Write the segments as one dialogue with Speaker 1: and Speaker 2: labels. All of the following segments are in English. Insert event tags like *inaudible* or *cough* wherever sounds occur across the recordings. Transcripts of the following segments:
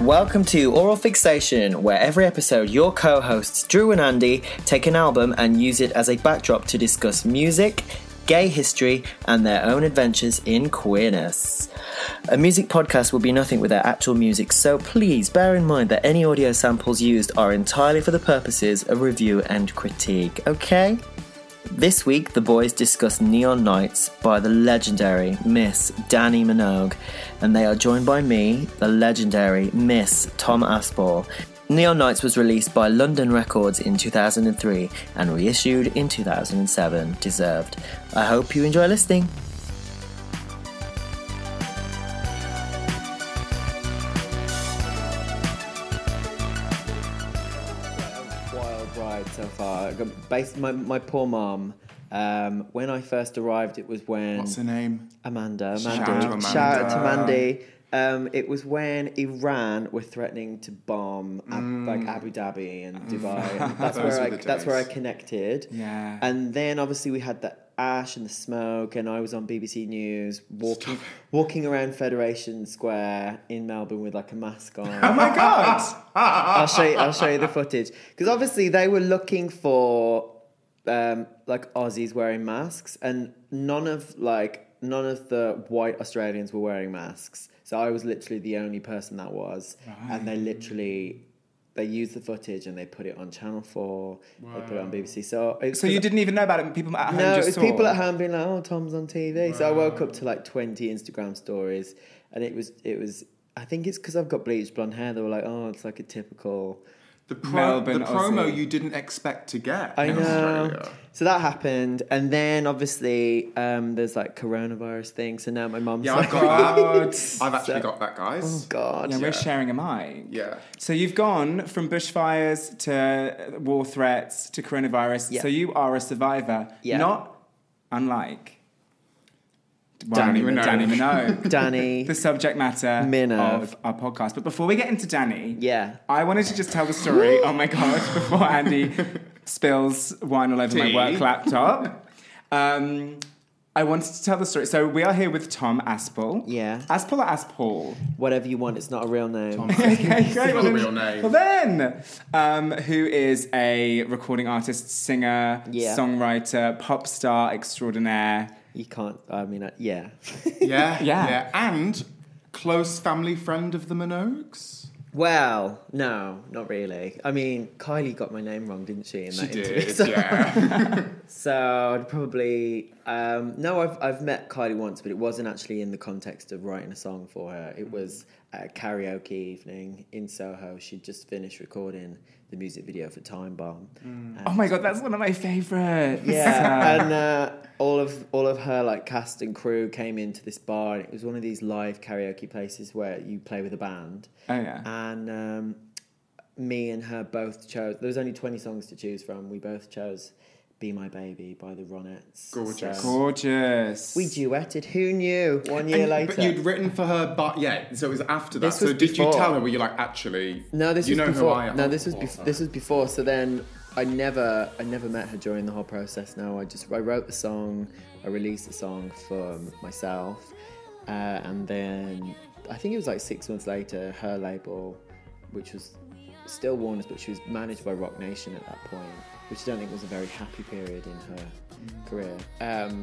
Speaker 1: Welcome to Oral Fixation, where every episode your co hosts Drew and Andy take an album and use it as a backdrop to discuss music, gay history, and their own adventures in queerness. A music podcast will be nothing without actual music, so please bear in mind that any audio samples used are entirely for the purposes of review and critique, okay? This week, the boys discuss Neon Nights by the legendary Miss Danny Minogue, and they are joined by me, the legendary Miss Tom Aspall. Neon Nights was released by London Records in 2003 and reissued in 2007. Deserved. I hope you enjoy listening. wild ride so far. I got- Based my my poor mom. Um, when I first arrived, it was when
Speaker 2: What's the name?
Speaker 1: Amanda, Amanda,
Speaker 2: Shout out to Amanda.
Speaker 1: shout out to Mandy. Um, it was when Iran were threatening to bomb Ab- like Abu Dhabi and Dubai.
Speaker 2: *laughs*
Speaker 1: And that's
Speaker 2: Mm. Those
Speaker 1: where I,
Speaker 2: were the
Speaker 1: that's where I
Speaker 2: days.
Speaker 1: connected.
Speaker 2: Yeah.
Speaker 1: And then obviously we had the ash and the smoke, and I was on BBC News walking walking around Federation Square in Melbourne with like a mask on.
Speaker 2: Oh my god!
Speaker 1: I'll show you. I'll show you the footage because obviously they were looking for um, like Aussies wearing masks, and none of like none of the white Australians were wearing masks. So I was literally the only person that was, and they literally they used the footage and they put it on Channel Four. They put it on BBC. So it's
Speaker 2: so you didn't even know about it. People at home
Speaker 1: no,
Speaker 2: just
Speaker 1: it's
Speaker 2: saw.
Speaker 1: people at home being like, "Oh, Tom's on TV." So I woke up to like twenty Instagram stories, and it was it was. I think it's because I've got bleached blonde hair. They were like, "Oh, it's like a typical."
Speaker 3: *laughs* The, pro-
Speaker 2: Melbourne
Speaker 3: the promo
Speaker 2: Aussie.
Speaker 3: you didn't expect to get
Speaker 1: I
Speaker 3: in
Speaker 1: know.
Speaker 3: Australia.
Speaker 1: So that happened, and then obviously um, there's like coronavirus thing. So now my mom's
Speaker 3: Yeah,
Speaker 1: like,
Speaker 3: I've got
Speaker 1: *laughs*
Speaker 3: that.
Speaker 2: God.
Speaker 3: I've actually
Speaker 1: So-
Speaker 3: got that, *laughs*
Speaker 1: "Oh
Speaker 3: guys.
Speaker 1: God."
Speaker 2: Yeah, we're sharing a mic.
Speaker 3: Yeah.
Speaker 2: So you've gone from bushfires to war threats to coronavirus.
Speaker 1: Yeah.
Speaker 2: So you are a survivor,
Speaker 1: Yeah.
Speaker 2: not unlike
Speaker 3: Danny
Speaker 2: Well,
Speaker 3: Minogue.
Speaker 2: Danny
Speaker 1: *laughs*
Speaker 2: Minogue.
Speaker 1: Danny.
Speaker 2: the subject matter
Speaker 1: Minogue.
Speaker 2: of our podcast. But before we get into Danny,
Speaker 1: yeah.
Speaker 2: I wanted to just tell the story. oh my god! *laughs* Before Andy spills wine all over
Speaker 3: Tea.
Speaker 2: my work laptop, um, I wanted to tell the story. So we are here with Tom Aspel.
Speaker 1: Yeah.
Speaker 2: Aspel
Speaker 1: *laughs*
Speaker 2: or Aspel?
Speaker 1: Whatever you want, it's not a real name.
Speaker 2: Okay, great.
Speaker 3: Not a real name.
Speaker 2: Well then, um, who is a recording artist, singer,
Speaker 1: Yeah.
Speaker 2: songwriter, pop star extraordinaire?
Speaker 1: You can't. I mean, I, yeah. *laughs*
Speaker 3: Yeah,
Speaker 2: Yeah.
Speaker 3: yeah. And close family friend of the Minogues.
Speaker 1: well, no, not really. I mean, Kylie got my name wrong, didn't she? In
Speaker 3: She
Speaker 1: that interview. *laughs*
Speaker 3: did,
Speaker 1: So-
Speaker 3: *laughs* yeah.
Speaker 1: So I'd probably um, no. I've I've met Kylie once, but it wasn't actually in the context of writing a song for her. It was a karaoke evening in Soho. She'd just finished recording the music video for Time Bomb. And-
Speaker 2: Oh my god, that's one of my favorites.
Speaker 1: yeah, and uh, all of all of her like cast and crew came into this bar, and it was one of these live karaoke places where you play with a band.
Speaker 2: Oh yeah.
Speaker 1: And um, me and her both chose. There was only twenty songs to choose from. We both chose "Be My Baby" by the Ronettes.
Speaker 3: Gorgeous.
Speaker 1: So-
Speaker 2: Gorgeous.
Speaker 1: we duetted. Who knew? One year
Speaker 3: And-
Speaker 1: later.
Speaker 3: But you'd written for her, but yeah, so it was after that.
Speaker 1: This
Speaker 3: so
Speaker 1: was
Speaker 3: did
Speaker 1: before.
Speaker 3: you tell her, were you like, actually,
Speaker 1: No, this
Speaker 3: you
Speaker 1: was
Speaker 3: know
Speaker 1: before.
Speaker 3: who I am?
Speaker 1: No, this was
Speaker 3: Oh,
Speaker 1: bef-
Speaker 3: sorry.
Speaker 1: this was before. So then I never I never met her during the whole process. No, I just I wrote the song, I released the song for myself, uh, and then I think it was like six months later, her label, which was still Warner's, but she was managed by Rock Nation at that point, which I don't think was a very happy period in her career. Um,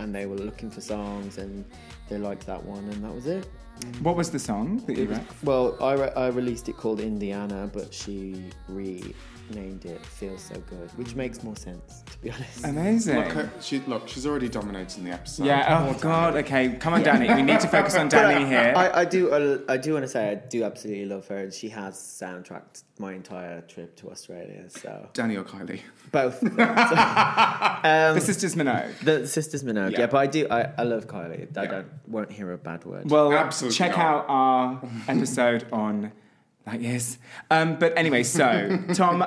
Speaker 1: and they were looking for songs, and they liked that one, and that was it.
Speaker 2: What was the song that you wrote?
Speaker 1: Well, I, re- I released it called Indiana, but she renamed it Feels So Good, which makes more sense, to be honest.
Speaker 2: Amazing.
Speaker 3: Look, her- she, look, she's already dominating the episode.
Speaker 2: yeah. Oh God. Okay. Come on, Danny. We need to focus
Speaker 1: *laughs*
Speaker 2: on Danny here.
Speaker 1: I, I do I, I do want to say I do absolutely love her, and she has soundtracked my entire trip to Australia. So
Speaker 3: Danny or Kylie. *laughs*
Speaker 1: both of them. So, Um,
Speaker 2: the sisters Minogue.
Speaker 1: the sisters Minogue, yeah.
Speaker 3: Yeah.
Speaker 1: but I do I, I love Kylie. I
Speaker 3: Yeah.
Speaker 1: don't won't hear a bad word.
Speaker 2: Well,
Speaker 3: Absolutely
Speaker 2: check
Speaker 3: not.
Speaker 2: out
Speaker 3: *laughs*
Speaker 2: our episode on that is. Um, but anyway, so Tom,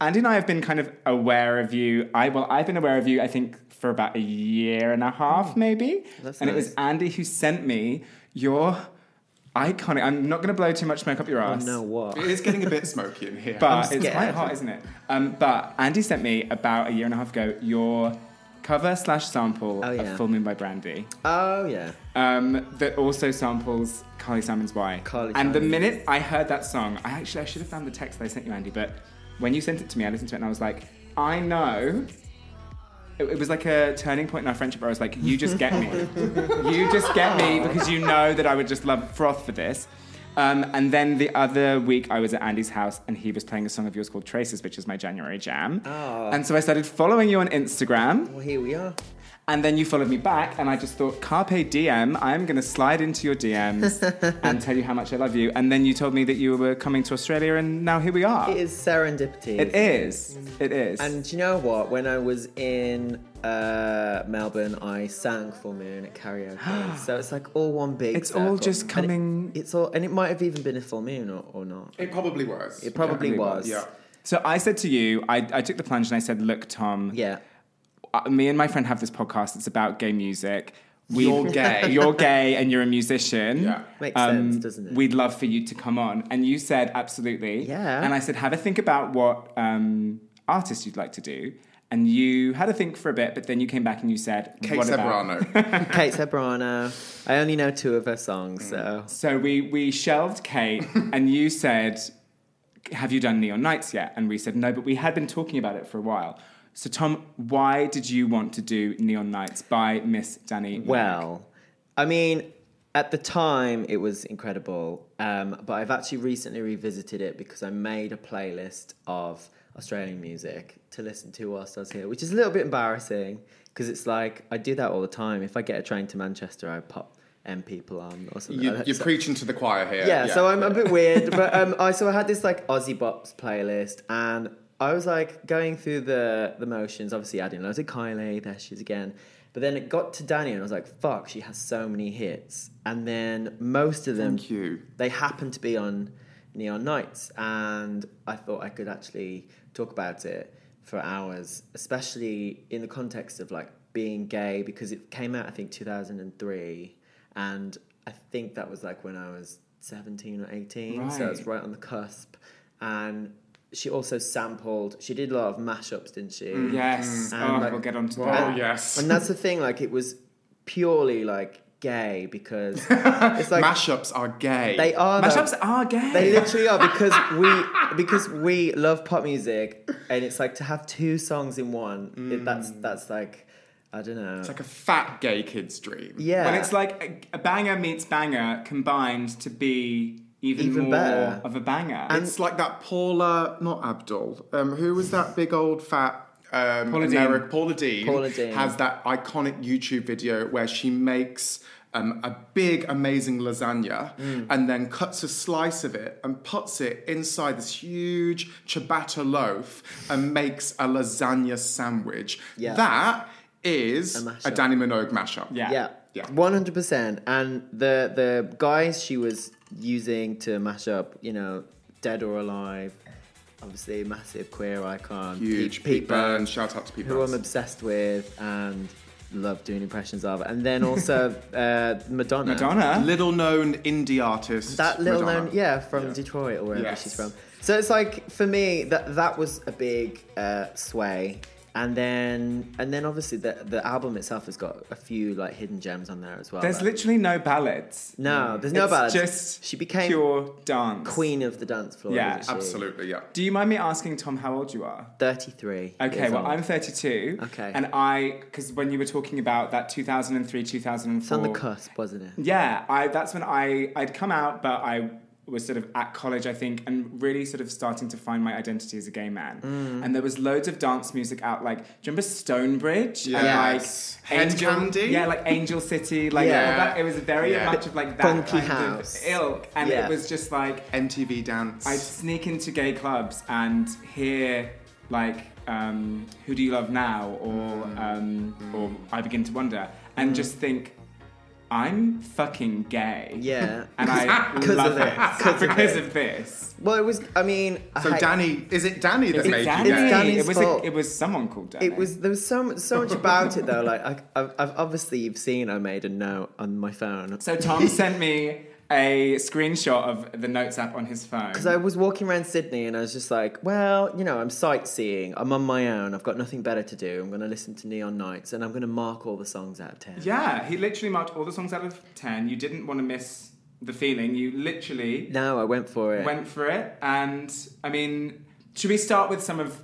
Speaker 2: Andy and I have been kind of aware of you. I well, I've been aware of you. I think for about a year and a half, maybe.
Speaker 1: Mm-hmm. That's
Speaker 2: and it
Speaker 1: nice.
Speaker 2: was Andy who sent me your iconic. I'm not going to blow too much smoke up your ass.
Speaker 1: Oh, no, what?
Speaker 3: It is getting a bit smoky in here.
Speaker 2: But it's
Speaker 1: scared.
Speaker 2: quite hot, isn't it? Um, but Andy sent me about a year and a half ago your cover slash sample
Speaker 1: Oh, yeah.
Speaker 2: of Full Moon by Brandy
Speaker 1: Oh yeah.
Speaker 2: um, that also samples Carly Simon's Why.
Speaker 1: Carly
Speaker 2: and the
Speaker 1: Simon's.
Speaker 2: minute I heard that song, I actually I should have found the text that I sent you, Andy, but when you sent it to me, I listened to it and I was like, I know. It, it was like a turning point in our friendship where I was like, you just get me. you just get me because you know that I would just love froth for this. Um, and then the other week, I was at Andy's house and he was playing a song of yours called Traces, which is my January jam.
Speaker 1: Oh.
Speaker 2: And so I started following you on Instagram.
Speaker 1: Well, here we are.
Speaker 2: And then you followed me back, and I just thought, Carpe DM, I'm going to slide into your DMs
Speaker 1: *laughs*
Speaker 2: and tell you how much I love you. And then you told me that you were coming to Australia, and now here we are.
Speaker 1: It is serendipity.
Speaker 2: It is. It is.
Speaker 1: And do you know what? When I was in uh, Melbourne, I sang Full Moon at
Speaker 2: *gasps*
Speaker 1: karaoke. so it's like all one big.
Speaker 2: It's all
Speaker 1: circle.
Speaker 2: just
Speaker 1: And it-
Speaker 2: coming-
Speaker 1: it's all, and it might have even been a full moon or, or not.
Speaker 3: It probably was.
Speaker 1: It probably
Speaker 2: Definitely
Speaker 1: was.
Speaker 2: was,
Speaker 3: yeah.
Speaker 2: so I said to you, I, I took the plunge and I said, Look, Tom,
Speaker 1: Yeah.
Speaker 2: uh, me and my friend have this podcast. It's about gay music. We,
Speaker 3: You're gay.
Speaker 2: You're gay, and you're a musician.
Speaker 3: Yeah.
Speaker 1: Makes
Speaker 2: Um,
Speaker 1: sense, doesn't it?
Speaker 2: We'd love for you to come on, and you said absolutely.
Speaker 1: Yeah.
Speaker 2: And I said, have a think about what um, artist you'd like to do, and you had a think for a bit, but then you came back and you said,
Speaker 3: Kate
Speaker 2: what
Speaker 1: *laughs*
Speaker 2: about?
Speaker 3: Severano.
Speaker 1: Kate Sobrano. I only know two of her
Speaker 3: Mm.
Speaker 1: songs, so.
Speaker 2: So we we shelved
Speaker 3: *laughs*
Speaker 2: Kate, and you said, "Have you done Neon Nights yet?" And we said, "No," but we had been talking about it for a while. So Tom, why did you want to do Neon Nights by Miss Danny? Mac?
Speaker 1: Well, I mean, at the time it was incredible, um, but I've actually recently revisited it because I made a playlist of Australian music to listen to whilst I was here, which is a little bit embarrassing because it's like I do that all the time. If I get a train to Manchester, I pop M people on or something.
Speaker 3: you,
Speaker 1: like that.
Speaker 3: you're
Speaker 1: So-
Speaker 3: preaching to the choir here.
Speaker 1: yeah, so I'm a bit weird, *laughs* but um, I so I had this like Aussie bops playlist, and I was like going through the the motions, obviously adding loads of Kylie, there she is again. But then it got to Danny, and I was like, "Fuck, she has so many hits." And then most of them,
Speaker 3: Thank you.
Speaker 1: they happened to be on Neon Nights, and I thought I could actually talk about it for hours, especially in the context of like being gay, because it came out I think 2003, and I think that was like when I was 17 or 18, so it's
Speaker 2: Right.
Speaker 1: right on the cusp. And she also sampled, she did a lot of mashups, didn't she?
Speaker 2: Yes.
Speaker 1: Mm. And,
Speaker 2: oh,
Speaker 1: like-
Speaker 2: we'll get on to
Speaker 3: Oh,
Speaker 2: that.
Speaker 3: yes.
Speaker 1: And that's the thing, like it was purely like gay because it's like
Speaker 3: Mashups are gay.
Speaker 1: they are though.
Speaker 2: Mashups are gay.
Speaker 1: They
Speaker 2: *laughs*
Speaker 1: literally are because we because we love pop music, and it's like to have two songs in one. It, that's that's like I don't know.
Speaker 3: it's like a fat gay kid's dream.
Speaker 1: yeah,
Speaker 2: Well, it's like a, a banger meets banger combined to be even,
Speaker 1: Even
Speaker 2: more
Speaker 1: better.
Speaker 2: of a banger.
Speaker 3: It's like that Paula, not Abdul. Um, who was that big old fat? Um,
Speaker 2: Paula Deen.
Speaker 3: Ameri- Paula Deen.
Speaker 1: Paula Deen.
Speaker 3: has that iconic YouTube video where she makes um, a big, amazing lasagna
Speaker 1: Mm.
Speaker 3: and then cuts a slice of it and puts it inside this huge ciabatta loaf and makes a lasagna sandwich.
Speaker 1: Yeah.
Speaker 3: That is
Speaker 1: A
Speaker 3: a,
Speaker 1: mashup.
Speaker 3: Danny Minogue mashup.
Speaker 2: Yeah.
Speaker 1: yeah,
Speaker 3: Yeah.
Speaker 1: one hundred percent. And the the guys she was using to mash up, you know, dead or alive, obviously massive queer icon,
Speaker 3: Huge.
Speaker 1: Pete-
Speaker 3: Pete
Speaker 1: Pete Burns.
Speaker 3: Burns. Shout out to Pete
Speaker 1: who I'm
Speaker 3: Burns.
Speaker 1: obsessed with and love doing impressions of, and then also *laughs* uh, Madonna.
Speaker 2: Madonna.
Speaker 3: Little known indie artist.
Speaker 1: that little
Speaker 3: Madonna.
Speaker 1: known yeah from detroit or wherever
Speaker 3: Yes.
Speaker 1: she's from so it's like for me that that was a big uh, sway and then and then obviously the the album itself has got a few like hidden gems on there as well
Speaker 2: There's
Speaker 1: Like-
Speaker 2: literally no ballads.
Speaker 1: no there's no
Speaker 2: it's
Speaker 1: ballads
Speaker 2: Just
Speaker 1: she became
Speaker 2: pure dance.
Speaker 1: queen of the dance floor
Speaker 2: Yeah,
Speaker 1: isn't she?
Speaker 3: Absolutely, yeah.
Speaker 2: Do you mind me asking Tom how old you are?
Speaker 1: 33
Speaker 2: Okay,
Speaker 1: years
Speaker 2: well
Speaker 1: old.
Speaker 2: I'm 32.
Speaker 1: Okay.
Speaker 2: And I, because when you were talking about that 2003, 2004.
Speaker 1: it's on the cusp wasn't
Speaker 2: *laughs*
Speaker 1: it
Speaker 2: Yeah, I that's when I I'd come out, but I was sort of at college, I think, and really sort of starting to find my identity as a gay man. And there was loads of dance music out, like do you remember Stonebridge?
Speaker 3: Yes.
Speaker 2: And
Speaker 3: Head
Speaker 2: like Angel,
Speaker 3: Candy?
Speaker 2: Yeah, like Angel City, like
Speaker 1: Yeah.
Speaker 2: all that. It was very
Speaker 3: Yeah.
Speaker 2: much of like that
Speaker 1: Funky
Speaker 2: kind
Speaker 1: house.
Speaker 2: of ilk, and
Speaker 1: Yeah.
Speaker 2: it was just like
Speaker 3: MTV dance.
Speaker 2: I'd sneak into gay clubs and hear like um, "Who Do You Love Now" or
Speaker 1: Mm-hmm.
Speaker 2: um, or "I Begin to Wonder" and just think, I'm fucking gay.
Speaker 1: yeah
Speaker 2: And I
Speaker 1: *laughs* 'Cause of
Speaker 2: love
Speaker 1: this.
Speaker 2: it
Speaker 1: 'Cause of
Speaker 2: because
Speaker 1: this.
Speaker 2: of this.
Speaker 1: well it was i mean I
Speaker 3: So
Speaker 1: hate-
Speaker 3: Danny, is it Danny that made
Speaker 2: Danny.
Speaker 3: you gay?
Speaker 1: It's Danny's
Speaker 2: it was
Speaker 1: fault.
Speaker 2: A, it was someone called Danny.
Speaker 1: It was there was so much, so much about it *laughs* though. Like I, I've, I've obviously you've seen I made a note on my phone.
Speaker 2: So Tom sent me a screenshot of the notes app on his phone.
Speaker 1: Because I was walking around Sydney and I was just like, well, you know, I'm sightseeing. I'm on my own. I've got nothing better to do. I'm going to listen to Neon Nights and I'm going to mark all the songs out of 10.
Speaker 2: yeah, he literally marked all the songs out of 10. You didn't want to miss the feeling. You literally
Speaker 1: No, I went for it.
Speaker 2: went for it. And I mean, should we start with some of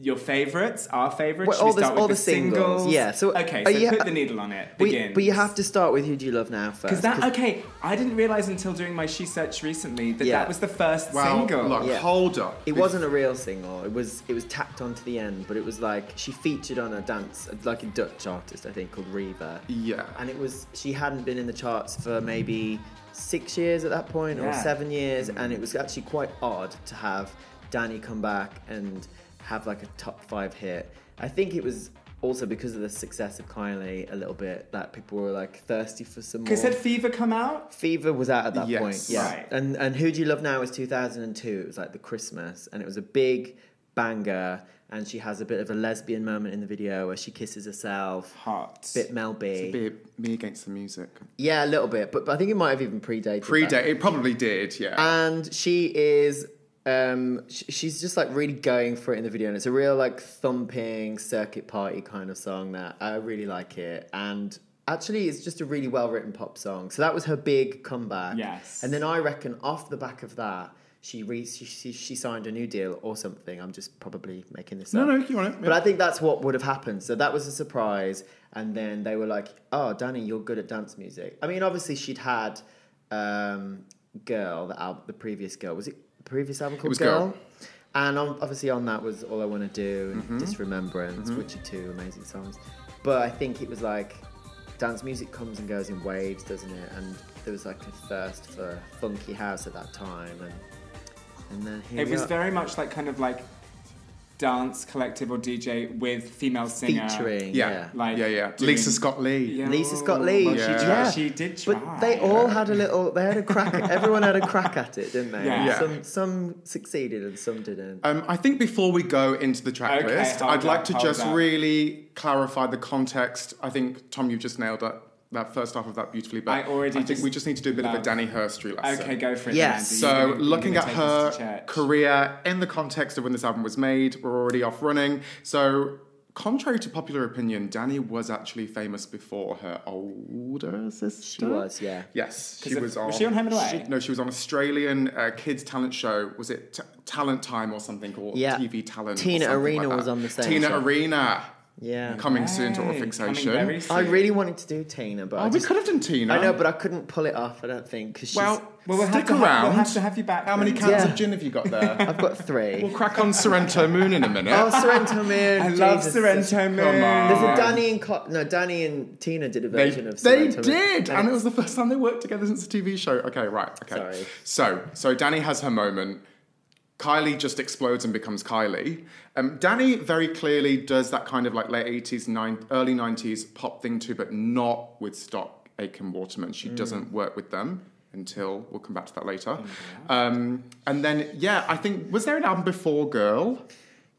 Speaker 2: your favourites? Our favourites?
Speaker 1: Well,
Speaker 2: should
Speaker 1: all
Speaker 2: we
Speaker 1: the-
Speaker 2: start with
Speaker 1: all
Speaker 2: the,
Speaker 1: the singles. Yeah, so-
Speaker 2: okay,
Speaker 1: uh,
Speaker 2: so
Speaker 1: yeah,
Speaker 2: put
Speaker 1: uh,
Speaker 2: the needle on it.
Speaker 1: But-
Speaker 2: Begin.
Speaker 1: but you have to start with Who Do You Love Now first.
Speaker 2: Because that okay, I didn't realize until doing my she search recently that
Speaker 1: Yeah.
Speaker 2: that was the first
Speaker 3: Well,
Speaker 2: single.
Speaker 3: look,
Speaker 1: Yeah.
Speaker 3: hold up.
Speaker 1: It wasn't a real single. It was it was tacked onto the end, but it was like she featured on a dance, like a Dutch artist I think called Reba.
Speaker 3: Yeah.
Speaker 1: And it was she hadn't been in the charts for maybe six years at that point or
Speaker 2: Yeah.
Speaker 1: seven years, and it was actually quite odd to have Danny come back and have like a top five hit. I think it was also because of the success of Kylie a little bit that people were like thirsty for some more.
Speaker 2: Because had Fever come out?
Speaker 1: Fever was out at that
Speaker 3: Yes.
Speaker 1: point, yeah.
Speaker 2: Right.
Speaker 1: And and Who Do You Love Now was 2002. It was like the Christmas, and it was a big banger. And she has a bit of a lesbian moment in the video where she kisses herself.
Speaker 2: Hot.
Speaker 1: Bit Mel B.
Speaker 3: Be me against the music.
Speaker 1: yeah, a little bit, but, but I think it might have even predated.
Speaker 3: Predate.
Speaker 1: that.
Speaker 3: It probably did. Yeah.
Speaker 1: And she is. Um, sh- she's just like really going for it in the video, and it's a real like thumping circuit party kind of song that I really like it. And actually, it's just a really well written pop song. So that was her big comeback.
Speaker 2: Yes.
Speaker 1: And then I reckon off the back of that, she re- she, she she signed a new deal or something. I'm just probably making this
Speaker 3: no,
Speaker 1: up.
Speaker 3: no, you want
Speaker 1: *laughs*
Speaker 3: it?
Speaker 1: But I think that's what would have happened. So that was a surprise. And then they were like, oh, Danny, you're good at dance music. I mean, obviously, she'd had um, Girl, the, al- the previous girl. Was it the previous album called
Speaker 3: was
Speaker 1: Girl?
Speaker 3: Girl. Mm-hmm.
Speaker 1: And on, obviously, on that was All I Want to Do and Disremembrance, which are two amazing songs. But I think it was like dance music comes and goes in waves, doesn't it? And there was like a thirst for funky house at that time. And, and then here
Speaker 2: It
Speaker 1: we
Speaker 2: was
Speaker 1: are.
Speaker 2: very much like kind of like dance collective or DJ with female singer.
Speaker 1: featuring.
Speaker 3: yeah.
Speaker 1: yeah.
Speaker 2: like,
Speaker 3: yeah, yeah.
Speaker 2: doing-
Speaker 3: Lisa Scott Lee.
Speaker 2: Yeah.
Speaker 1: Lisa Scott
Speaker 2: Oh,
Speaker 1: Lee.
Speaker 2: well, she
Speaker 3: Yeah.
Speaker 2: tried- she did try.
Speaker 1: But they all had a little. They had a crack. everyone had a crack at it, didn't they?
Speaker 2: Yeah.
Speaker 3: Yeah.
Speaker 1: Some some succeeded and some didn't.
Speaker 3: Um, I think before we go into the track
Speaker 2: Okay,
Speaker 3: list,
Speaker 2: hold
Speaker 3: I'd like
Speaker 2: up,
Speaker 3: to
Speaker 2: hold
Speaker 3: just
Speaker 2: up.
Speaker 3: really clarify the context. I think Tom, you've just nailed that that first half of that beautifully. But
Speaker 2: I already
Speaker 3: think
Speaker 2: just
Speaker 3: we just need to do a bit of a
Speaker 2: love-
Speaker 3: Danny Herstory lesson.
Speaker 2: Okay, go for it.
Speaker 1: Yes.
Speaker 2: Andy. You're
Speaker 3: So,
Speaker 2: gonna- you're
Speaker 3: looking
Speaker 2: gonna
Speaker 3: at
Speaker 2: take us to
Speaker 3: her
Speaker 2: church.
Speaker 3: career in the context of when this album was made, we're already off running. So, contrary to popular opinion, Danny was actually famous before her older sister.
Speaker 1: she was, yeah.
Speaker 3: Yes, she
Speaker 2: 'Cause of-
Speaker 3: was on.
Speaker 2: was she on Home and Away?
Speaker 3: no, she was on Australian uh, kids talent show. Was it t- Talent Time or something? Or
Speaker 1: Yeah.
Speaker 3: TV Talent? or
Speaker 1: Tina
Speaker 3: something
Speaker 1: Arena
Speaker 3: like that.
Speaker 1: was on the same
Speaker 3: Tina
Speaker 1: show.
Speaker 3: Arena.
Speaker 1: Yeah.
Speaker 3: Coming soon to All
Speaker 2: Hey,
Speaker 3: Fixation.
Speaker 2: coming very soon.
Speaker 1: I really wanted to do Tina, but
Speaker 3: Oh,
Speaker 1: I,
Speaker 3: we
Speaker 1: just,
Speaker 3: could have done Tina.
Speaker 1: I know, but I couldn't pull it off. I don't think because
Speaker 3: well,
Speaker 2: Well, we'll have
Speaker 3: stick
Speaker 2: to have-
Speaker 3: around.
Speaker 2: we'll have to have you back
Speaker 3: How many
Speaker 2: then.
Speaker 3: cans
Speaker 1: Yeah.
Speaker 3: of gin have you got there?
Speaker 1: *laughs* I've got three.
Speaker 3: We'll crack on Sorrento Moon in a minute.
Speaker 1: oh, Sorrento Moon.
Speaker 2: I love
Speaker 1: Jesus.
Speaker 2: Sorrento Moon.
Speaker 3: on.
Speaker 1: There's a Danny and Co- no Danny and Tina did a
Speaker 3: they,
Speaker 1: version of
Speaker 3: they
Speaker 1: Sorrento Moon.
Speaker 3: did,
Speaker 1: And
Speaker 3: and it was the first time they worked together since the TV show. Okay, right. Okay.
Speaker 1: Sorry.
Speaker 3: So, so Danny has her moment. Kylie just explodes and becomes Kylie. Um, Danny very clearly does that kind of like late eighties, nine, early nineties pop thing too, but not with Stock Aitken Waterman.
Speaker 1: Mm.
Speaker 3: She doesn't work with them until we'll come back to that later. Um, and then yeah, I think was there an album before Girl?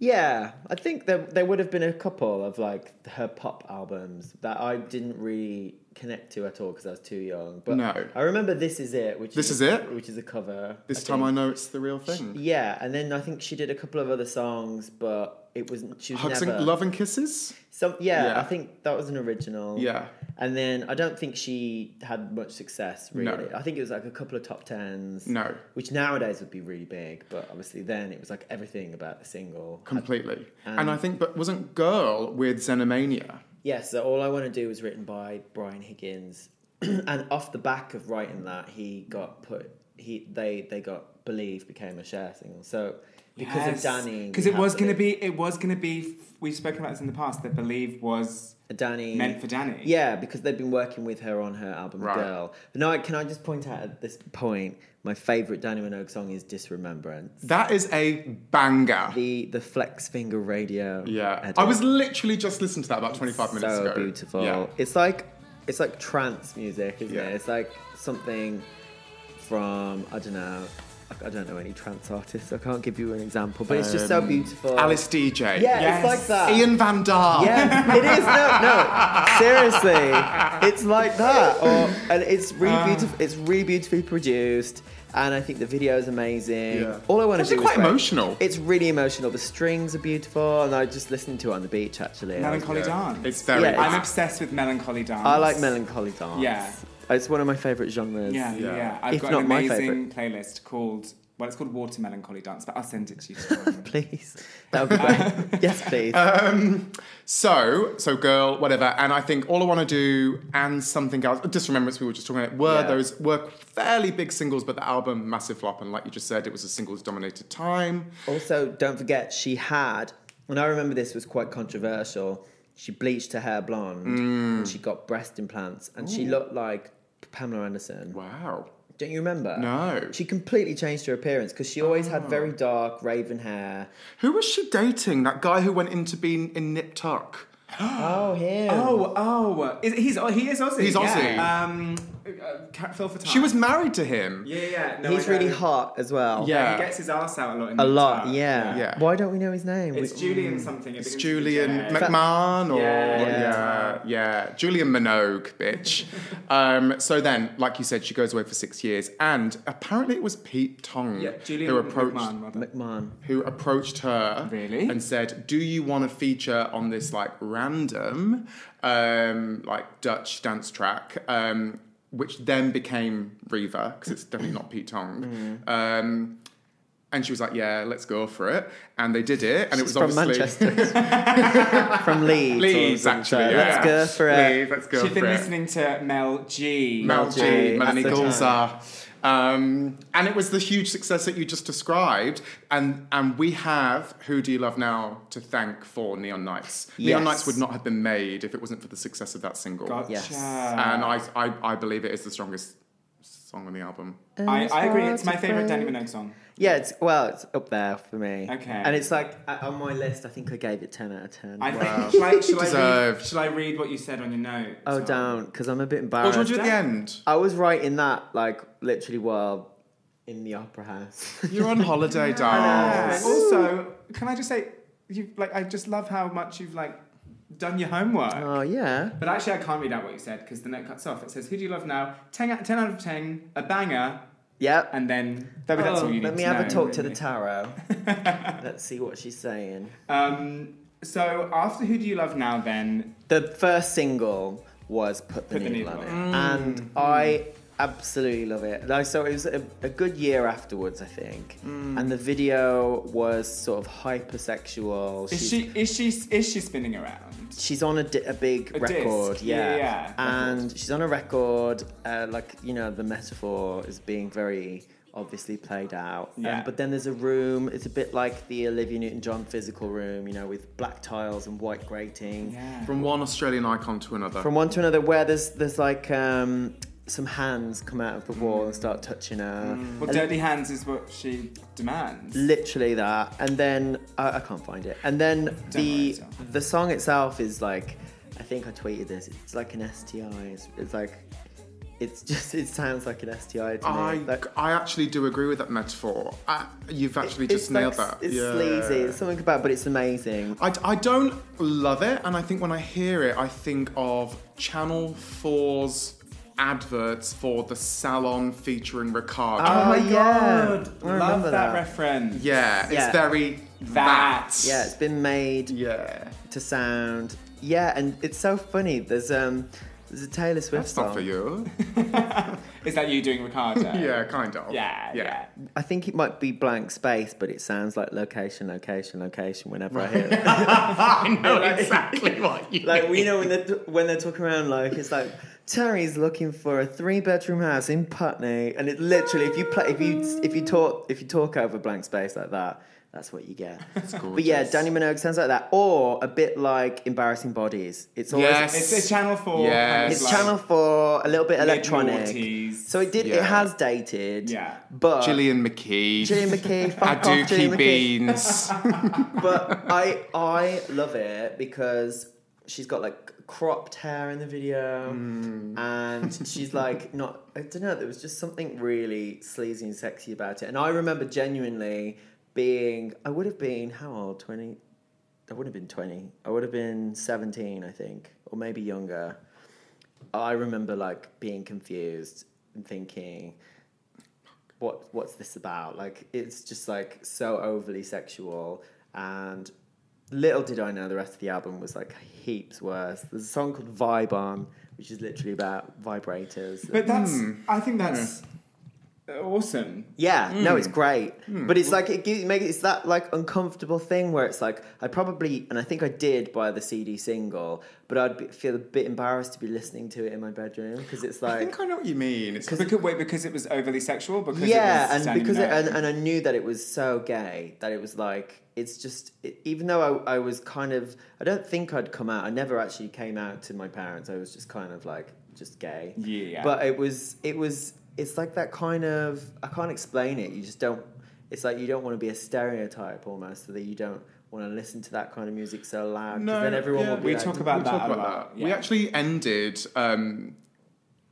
Speaker 1: Yeah, I think there there would have been a couple of like her pop albums that I didn't really connect to at all because I was too young. But
Speaker 3: No.
Speaker 1: I remember this is it, which
Speaker 3: This
Speaker 1: is
Speaker 3: Is It?
Speaker 1: which is a cover.
Speaker 3: This
Speaker 1: I
Speaker 3: time I
Speaker 1: think.
Speaker 3: know it's the real thing.
Speaker 1: Yeah, and then I think she did a couple of other songs, but it wasn't. She was
Speaker 3: Hugs
Speaker 1: never.
Speaker 3: and love and kisses.
Speaker 1: Some, yeah,
Speaker 3: Yeah.
Speaker 1: I think that was an original.
Speaker 3: Yeah.
Speaker 1: And then I don't think she had much success
Speaker 3: No.
Speaker 1: really. I think it was like a couple of top tens.
Speaker 3: No.
Speaker 1: Which nowadays would be really big, but obviously then it was like everything about the single.
Speaker 3: Completely. and I think, but wasn't Girl with Xenomania?
Speaker 1: Yes, so All I Want to Do was written by Brian Higgins. *clears throat* and off the back of writing that, he got put, he they they got Believe became a share single. So because of Danny.
Speaker 2: Because
Speaker 1: we
Speaker 2: it
Speaker 1: had
Speaker 2: was going to
Speaker 1: Believe.
Speaker 2: be, it was going to be, we've spoken about this in the past, that Believe was
Speaker 1: Danny.
Speaker 2: meant for Danny.
Speaker 1: Yeah, because they've been working with her on her album
Speaker 3: Right.
Speaker 1: Girl. But now, can I just point out at this point, my favourite Danny Minogue song is Disremembrance.
Speaker 3: That is a banger.
Speaker 1: The the flex finger radio.
Speaker 3: yeah.
Speaker 1: edit.
Speaker 3: I was literally just listening to that about 25 minutes
Speaker 1: so
Speaker 3: ago.
Speaker 1: beautiful.
Speaker 3: Yeah.
Speaker 1: It's like it's like trance music, isn't
Speaker 3: Yeah.
Speaker 1: it? It's like something from I don't know I don't know any trance artists. I can't give you an example, but it's just so beautiful.
Speaker 3: Um, Alice DJ.
Speaker 1: Yeah,
Speaker 2: Yes.
Speaker 1: it's like that.
Speaker 3: Ian Van Dahl.
Speaker 1: Yeah, it is. No, no. Seriously, it's like that. Or, and it's really
Speaker 3: Ah.
Speaker 1: beautiful. It's really beautifully produced, and I think the video is amazing.
Speaker 3: Yeah.
Speaker 1: All I want to
Speaker 3: Actually
Speaker 1: do
Speaker 3: quite
Speaker 1: is like-
Speaker 3: emotional.
Speaker 1: It's really emotional. The strings are beautiful, and I just listened to it on the beach actually. I was-
Speaker 2: Melancholy Dance.
Speaker 3: It's very.
Speaker 1: Yeah,
Speaker 2: I'm obsessed with Melancholy Dance.
Speaker 1: I like melancholy dance.
Speaker 2: Yeah.
Speaker 1: it's one of my favorite genres.
Speaker 2: Yeah, yeah.
Speaker 3: Yeah.
Speaker 2: yeah. I've
Speaker 1: If
Speaker 2: got
Speaker 1: not
Speaker 2: an
Speaker 1: my
Speaker 2: amazing playlist called, well, it's called Water Melancholy Dance, but I'll send it
Speaker 1: *laughs*
Speaker 2: to you. tomorrow.
Speaker 1: *laughs* Please, that would be
Speaker 2: *laughs*
Speaker 1: great. yes, please.
Speaker 3: um, So, so girl, whatever. And I think all I want to do and something else. Just remembrance. We were just talking about it. Were
Speaker 1: Yeah.
Speaker 3: those were fairly big singles, but the album massive flop. And like you just said, it was a singles dominated time.
Speaker 1: Also, don't forget she had, and I remember this was quite controversial. She bleached her hair blonde, and
Speaker 2: Mm.
Speaker 1: she got breast implants, and she looked like Pamela Anderson.
Speaker 3: Wow.
Speaker 1: Don't you remember?
Speaker 3: No.
Speaker 1: She completely changed her appearance because she always had very
Speaker 2: Oh.
Speaker 1: dark raven hair.
Speaker 3: Who was she dating? That guy who went into being in Nip Tuck.
Speaker 1: Oh, him.
Speaker 2: Oh, oh, is, he's he is Aussie.
Speaker 3: He's Aussie.
Speaker 2: Yeah. Um, uh, Cat Phil for time.
Speaker 3: She was married to him.
Speaker 2: Yeah, yeah. No,
Speaker 1: He's
Speaker 2: I know.
Speaker 1: really hot as well.
Speaker 3: Yeah.
Speaker 2: Yeah, he gets his ass out a lot. In
Speaker 1: A
Speaker 2: the
Speaker 1: lot,
Speaker 2: tub.
Speaker 1: yeah.
Speaker 3: Yeah.
Speaker 1: Why don't we know his name?
Speaker 2: It's
Speaker 1: We-
Speaker 2: Julian something. I think
Speaker 3: It's Julian
Speaker 2: Julian.
Speaker 3: McMahon or
Speaker 2: Yeah,
Speaker 3: yeah,
Speaker 2: yeah.
Speaker 3: yeah, Julian Minogue,
Speaker 2: *laughs*
Speaker 3: bitch. um, so then, like you said, she goes away for six years, and apparently it was Pete Tong
Speaker 2: Yeah, Julian
Speaker 3: who approached
Speaker 2: McMahon. rather.
Speaker 1: McMahon.
Speaker 3: who approached her
Speaker 2: Really?
Speaker 3: and said, "Do you want to feature on this like random um, like Dutch dance track?" Um, which then became Reva because it's definitely not Pete
Speaker 2: Mm.
Speaker 3: Tong. Um, and she was like, "Yeah, let's go for it." And they did it, and it was
Speaker 1: She's from
Speaker 3: obviously
Speaker 1: Manchester. from Leeds. or
Speaker 3: *laughs* Leeds,
Speaker 1: something.
Speaker 3: actually.
Speaker 1: So
Speaker 3: yeah.
Speaker 1: Let's go for it.
Speaker 3: Leeds, let's go
Speaker 2: She's
Speaker 3: for
Speaker 2: been
Speaker 3: it.
Speaker 2: listening to Mel G.
Speaker 3: Mel
Speaker 1: Mel
Speaker 3: G,
Speaker 1: G,
Speaker 3: Melanie
Speaker 1: that's the
Speaker 3: Gulzar. Um, and it was the huge success that you just described. And and we have Who Do You Love Now to thank for Neon Nights. Neon
Speaker 1: Yes.
Speaker 3: Nights would not have been made if it wasn't for the success of that single.
Speaker 2: Gotcha.
Speaker 1: Yes.
Speaker 3: And I, I I believe it is the strongest song on the album.
Speaker 2: I, I agree. It's my favorite Danny Minogue song.
Speaker 1: Yeah, it's well, it's up there for me.
Speaker 2: Okay.
Speaker 1: And it's like uh, on my list. I think I gave it ten out of ten.
Speaker 2: I
Speaker 3: Wow.
Speaker 2: think. Shall I, shall, I read,
Speaker 3: Deserved.
Speaker 2: shall I read what you said on your note?
Speaker 1: *laughs* oh, down because I'm a bit
Speaker 3: What
Speaker 1: embarrassed.
Speaker 3: do you want to do at the end?
Speaker 1: I was writing that like literally while in the opera house.
Speaker 3: You're on holiday,
Speaker 2: And
Speaker 3: darling.
Speaker 2: also, can I just say, you like, I just love how much you've like done your homework.
Speaker 1: *laughs* oh yeah.
Speaker 2: But actually, I can't read out what you said because the note cuts off. It says, "Who do you love now? 10 out, 10 out of ten, a banger."
Speaker 1: Yep.
Speaker 2: And then maybe that's
Speaker 1: Oh,
Speaker 2: all you need
Speaker 1: let me
Speaker 2: to
Speaker 1: have
Speaker 2: know,
Speaker 1: a talk to the
Speaker 2: really.
Speaker 1: tarot.
Speaker 2: *laughs*
Speaker 1: Let's see what she's saying.
Speaker 2: Um, so after Who Do You Love Now, then
Speaker 1: The first single was "Put the,
Speaker 2: Put the
Speaker 1: Needle,
Speaker 2: Needle
Speaker 1: on It," and I absolutely love it. Like, so it was a, a good year afterwards, I think. And the video was sort of hypersexual. She's-
Speaker 2: is she is she is she spinning around?
Speaker 1: she's on a, di- a big
Speaker 2: A disc,
Speaker 1: record,
Speaker 2: yeah,
Speaker 1: yeah,
Speaker 2: yeah,
Speaker 1: and she's on a record. Uh, like you know, the metaphor is being very obviously played out. Um,
Speaker 2: Yeah.
Speaker 1: but then there's a room. It's a bit like the Olivia Newton-John physical room, you know, with black tiles and white grating.
Speaker 2: Yeah.
Speaker 3: From one Australian icon to another.
Speaker 1: From one to another, where there's there's like um, some hands come out of the wall and start touching her.
Speaker 2: Well, dirty hands is what she demands.
Speaker 1: Literally that, and then I, I can't find it. And then
Speaker 2: worry,
Speaker 1: the
Speaker 2: it's
Speaker 1: the song itself is like, I think I tweeted this. It's like an STI. It's, it's like, it's just it sounds like an STI to
Speaker 3: I,
Speaker 1: me. Like,
Speaker 3: I actually do agree with that metaphor. I, you've actually
Speaker 1: it's
Speaker 3: just nailed
Speaker 1: like,
Speaker 3: that.
Speaker 1: It's
Speaker 3: Yeah.
Speaker 1: sleazy. It's something about, but it's amazing.
Speaker 3: I, I don't love it, and I think when I hear it, I think of Channel 4's adverts for the salon featuring Ricardo.
Speaker 1: Oh my yeah.
Speaker 2: God,
Speaker 1: I
Speaker 2: love
Speaker 1: remember
Speaker 2: that,
Speaker 1: that.
Speaker 2: reference.
Speaker 3: yeah, it's
Speaker 1: Yeah.
Speaker 3: very
Speaker 2: That.
Speaker 3: that.
Speaker 1: Yeah, it's been made
Speaker 3: Yeah.
Speaker 1: to sound. Yeah, and it's so funny. There's um, there's a Taylor Swift
Speaker 3: That's
Speaker 1: song.
Speaker 3: not for
Speaker 1: *laughs*
Speaker 3: you. *laughs*
Speaker 2: Is that you doing Ricardo?
Speaker 3: Yeah, kind of.
Speaker 2: Yeah, yeah.
Speaker 1: I think it might be blank space, but it sounds like location, location, location. Whenever I hear it.
Speaker 3: *laughs* I
Speaker 1: *laughs*
Speaker 3: know exactly what you
Speaker 1: Like we know when they're when they're talking around, like it's like Terry's looking for a three bedroom house in Putney, and it literally if you play if you if you talk if you talk over blank space like that, that's what you get. But yeah,
Speaker 3: gorgeous.
Speaker 1: Danny Minogue sounds like that, or a bit like embarrassing bodies. It's always
Speaker 3: Yes.
Speaker 2: It's a Channel Four.
Speaker 3: Yes.
Speaker 2: kind of
Speaker 1: it's
Speaker 2: like
Speaker 1: Channel Four, a little bit electronic.
Speaker 2: mid-noughties.
Speaker 1: So it did
Speaker 3: Yeah.
Speaker 1: it has dated,
Speaker 2: Yeah.
Speaker 1: But
Speaker 3: Gillian McKee.
Speaker 1: Gillian
Speaker 3: *laughs*
Speaker 1: McKee, fuck off, Gillian *laughs*
Speaker 3: Aduki
Speaker 1: McKee
Speaker 3: Beans.
Speaker 1: but I I love it because she's got like cropped hair in the video, and she's like not. I don't know. There was just something really sleazy and sexy about it, and I remember genuinely being. I would have been how old? Twenty. I would have been twenty. I would have been seventeen, I think, or maybe younger. I remember like being confused and thinking, what what's this about? Like it's just like so overly sexual and little did I know the rest of the album was like heaps worse. There's a song called Vibe On, which is literally about vibrators.
Speaker 2: But that's, I think that's awesome.
Speaker 1: yeah, no,
Speaker 2: Hmm.
Speaker 1: it's great, but it's like it gives make it's that like uncomfortable thing where it's like I probably and I think I did buy the CD single, but I'd be, feel a bit embarrassed to be listening to it in my bedroom because it's
Speaker 3: I
Speaker 1: like
Speaker 2: *laughs*
Speaker 3: think I know what you mean. It's
Speaker 2: Because, wait, because it was overly sexual? Because it
Speaker 1: yeah,
Speaker 2: was
Speaker 1: and because it,
Speaker 2: standing
Speaker 1: and,
Speaker 2: there?
Speaker 1: and I knew that it was so gay that it was like it's just it, even though I, I was kind of I don't think I'd come out. I never actually came out to my parents. I was just kind of like just gay.
Speaker 2: Yeah.
Speaker 1: But it was it was it's like that kind of I can't explain it. You just don't. It's like you don't want to be a stereotype almost, so that you don't want to listen to that kind of music so loud. 'cause
Speaker 3: No,
Speaker 1: then everyone
Speaker 3: yeah.
Speaker 1: will be
Speaker 2: we
Speaker 1: like,
Speaker 2: talk about
Speaker 3: we
Speaker 2: that
Speaker 3: talk
Speaker 2: a
Speaker 3: about that.
Speaker 2: lot.
Speaker 3: We
Speaker 2: yeah.
Speaker 3: actually ended. Um,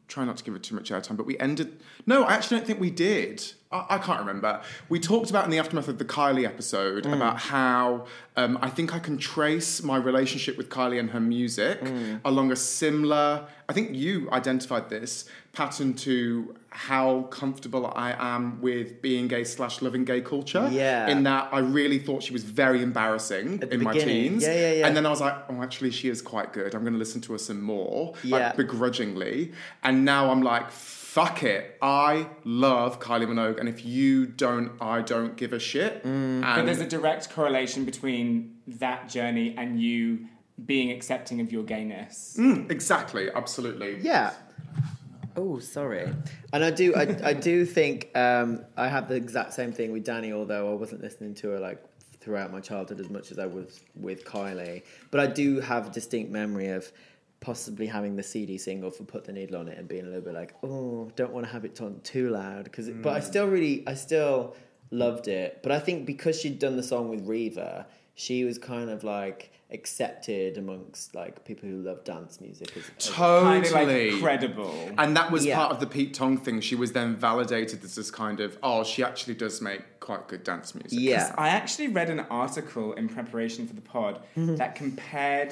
Speaker 3: try not to give it too much airtime, but we ended. No, I actually don't think we did. I, I can't remember. We talked about in the aftermath of the Kylie episode
Speaker 1: Mm.
Speaker 3: about how um, I think I can trace my relationship with Kylie and her music
Speaker 1: Mm.
Speaker 3: along a similar. I think you identified this pattern to how comfortable I am with being gay slash loving gay culture.
Speaker 1: Yeah.
Speaker 3: In that I really thought she was very embarrassing
Speaker 1: At the
Speaker 3: in my
Speaker 1: beginning.
Speaker 3: teens.
Speaker 1: Yeah, yeah, yeah.
Speaker 3: And then I was like, oh, actually, she is quite good. I'm going to listen to her some more,
Speaker 1: Yeah.
Speaker 3: like begrudgingly. And now I'm like, fuck it. I love Kylie Minogue, and if you don't, I don't give a shit.
Speaker 1: Mm.
Speaker 2: But
Speaker 3: And
Speaker 2: there's a direct correlation between that journey and you being accepting of your gayness.
Speaker 3: Mm. *clears throat* exactly, absolutely.
Speaker 1: Yeah. Oh, sorry. And I do, I, I do think um, I have the exact same thing with Danny, although I wasn't listening to her like throughout my childhood as much as I was with Kylie. But I do have a distinct memory of possibly having the CD single for "Put the Needle on It" and being a little bit like, "Oh, don't want to have it on too loud," because. But I still really, I still loved it. But I think because she'd done the song with Reva, she was kind of like accepted amongst like people who love dance music. As, as
Speaker 2: Kind of
Speaker 3: Totally.
Speaker 2: like credible.
Speaker 3: and that was
Speaker 1: Yeah.
Speaker 3: part of the Pete Tong thing. She was then validated as this kind of, oh, she actually does make quite good dance music.
Speaker 1: Yeah.
Speaker 2: I actually read an article in preparation for the pod
Speaker 3: Mm-hmm.
Speaker 2: that compared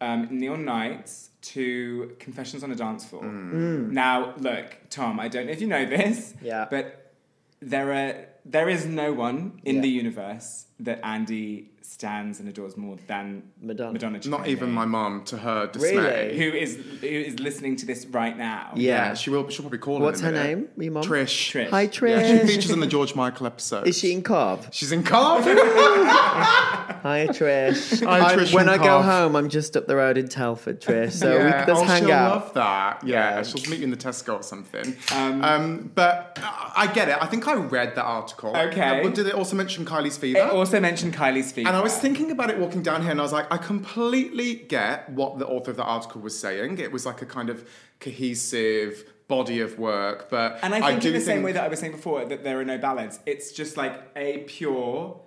Speaker 2: um, Neil Knights to Confessions on a Dance Floor.
Speaker 3: Mm.
Speaker 2: Now, look, Tom, I don't know if you know this,
Speaker 1: Yeah.
Speaker 2: but there are there is no one in
Speaker 1: Yeah.
Speaker 2: the universe that Andy stands and adores more than
Speaker 1: Madonna.
Speaker 2: Madonna
Speaker 3: Not
Speaker 2: Ciccarelli,
Speaker 3: even my mom, to her dismay.
Speaker 1: Really?
Speaker 2: who is who is listening to this right now.
Speaker 1: Yeah.
Speaker 3: Yeah, she will. She'll probably call. in
Speaker 1: What's
Speaker 3: a
Speaker 1: her
Speaker 3: minute.
Speaker 1: name? Your mom?
Speaker 3: Trish.
Speaker 2: Trish.
Speaker 1: Hi,
Speaker 3: Yeah,
Speaker 1: Trish.
Speaker 3: she features in the George Michael episode.
Speaker 1: Is she in Cobb?
Speaker 3: She's in Cardiff.
Speaker 1: Hi,
Speaker 2: *laughs*
Speaker 1: Trish.
Speaker 3: Hi,
Speaker 1: I'm-
Speaker 3: Trish
Speaker 1: When
Speaker 3: in
Speaker 1: I go
Speaker 3: Cobb.
Speaker 1: home, I'm just up the road in Telford, Trish. So we,
Speaker 3: Yeah,
Speaker 1: let's
Speaker 3: oh,
Speaker 1: hang
Speaker 3: she'll
Speaker 1: out.
Speaker 3: love that. Yeah,
Speaker 1: Yeah.
Speaker 3: she'll meet you in the Tesco or something. Um, but uh, I I get it. I think I read that article.
Speaker 2: Okay.
Speaker 3: Uh, but did it also mention Kylie's fever?
Speaker 2: It also mentioned Kylie's feet.
Speaker 3: and I was thinking about it walking down here, and I was like, I completely get what the author of the article was saying. It was like a kind of cohesive body of work, but
Speaker 2: And I think
Speaker 3: do
Speaker 2: in the same
Speaker 3: think-
Speaker 2: way that I was saying before that there are no ballads, it's just like a pure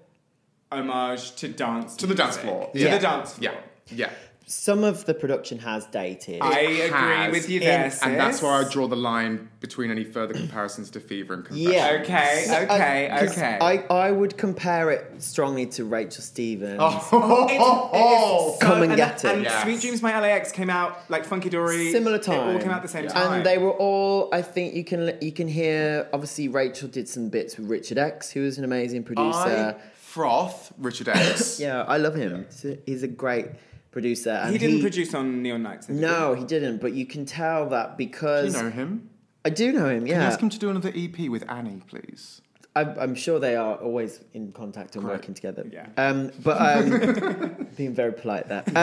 Speaker 2: homage to dance
Speaker 3: To the dance
Speaker 2: music.
Speaker 3: floor.
Speaker 2: To
Speaker 1: Yeah.
Speaker 2: the dance floor.
Speaker 3: yeah, yeah.
Speaker 1: Some of the production has dated.
Speaker 2: I
Speaker 3: It
Speaker 2: agree
Speaker 3: has.
Speaker 2: with you
Speaker 1: In-
Speaker 2: there,
Speaker 1: and
Speaker 2: sis.
Speaker 3: And that's where I draw the line between any further comparisons to fever and confession.
Speaker 1: yeah.
Speaker 2: Okay,
Speaker 3: *laughs*
Speaker 1: So, uh,
Speaker 2: okay,
Speaker 1: 'cause
Speaker 2: okay.
Speaker 1: I, I would compare it strongly to Rachel Stevens.
Speaker 3: Oh,
Speaker 2: Oh, It is so-
Speaker 1: Come and
Speaker 2: and
Speaker 1: get it.
Speaker 2: And
Speaker 3: Yes.
Speaker 2: Sweet Dreams by LAX came out like Funky Dory.
Speaker 1: Similar
Speaker 2: It all
Speaker 1: time.
Speaker 2: came out the same time.
Speaker 1: And they were all. I think you can you can hear. Obviously, Rachel did some bits with Richard X, who is an amazing producer.
Speaker 3: I froth Richard
Speaker 2: *coughs*
Speaker 3: X.
Speaker 1: Yeah, I love him. He's a, he's a great producer. And
Speaker 2: he didn't produce on Neon Nights. did he?
Speaker 1: No, he didn't. But you can tell that
Speaker 3: You
Speaker 1: because
Speaker 3: know him.
Speaker 1: I do know him. Yeah,
Speaker 3: Ask him to do another EP with Annie, please.
Speaker 1: I'm, I'm sure they are always in contact and
Speaker 3: Correct.
Speaker 1: working together.
Speaker 2: Yeah.
Speaker 1: Um, but um,
Speaker 3: *laughs*
Speaker 1: being very polite there. Uh, the,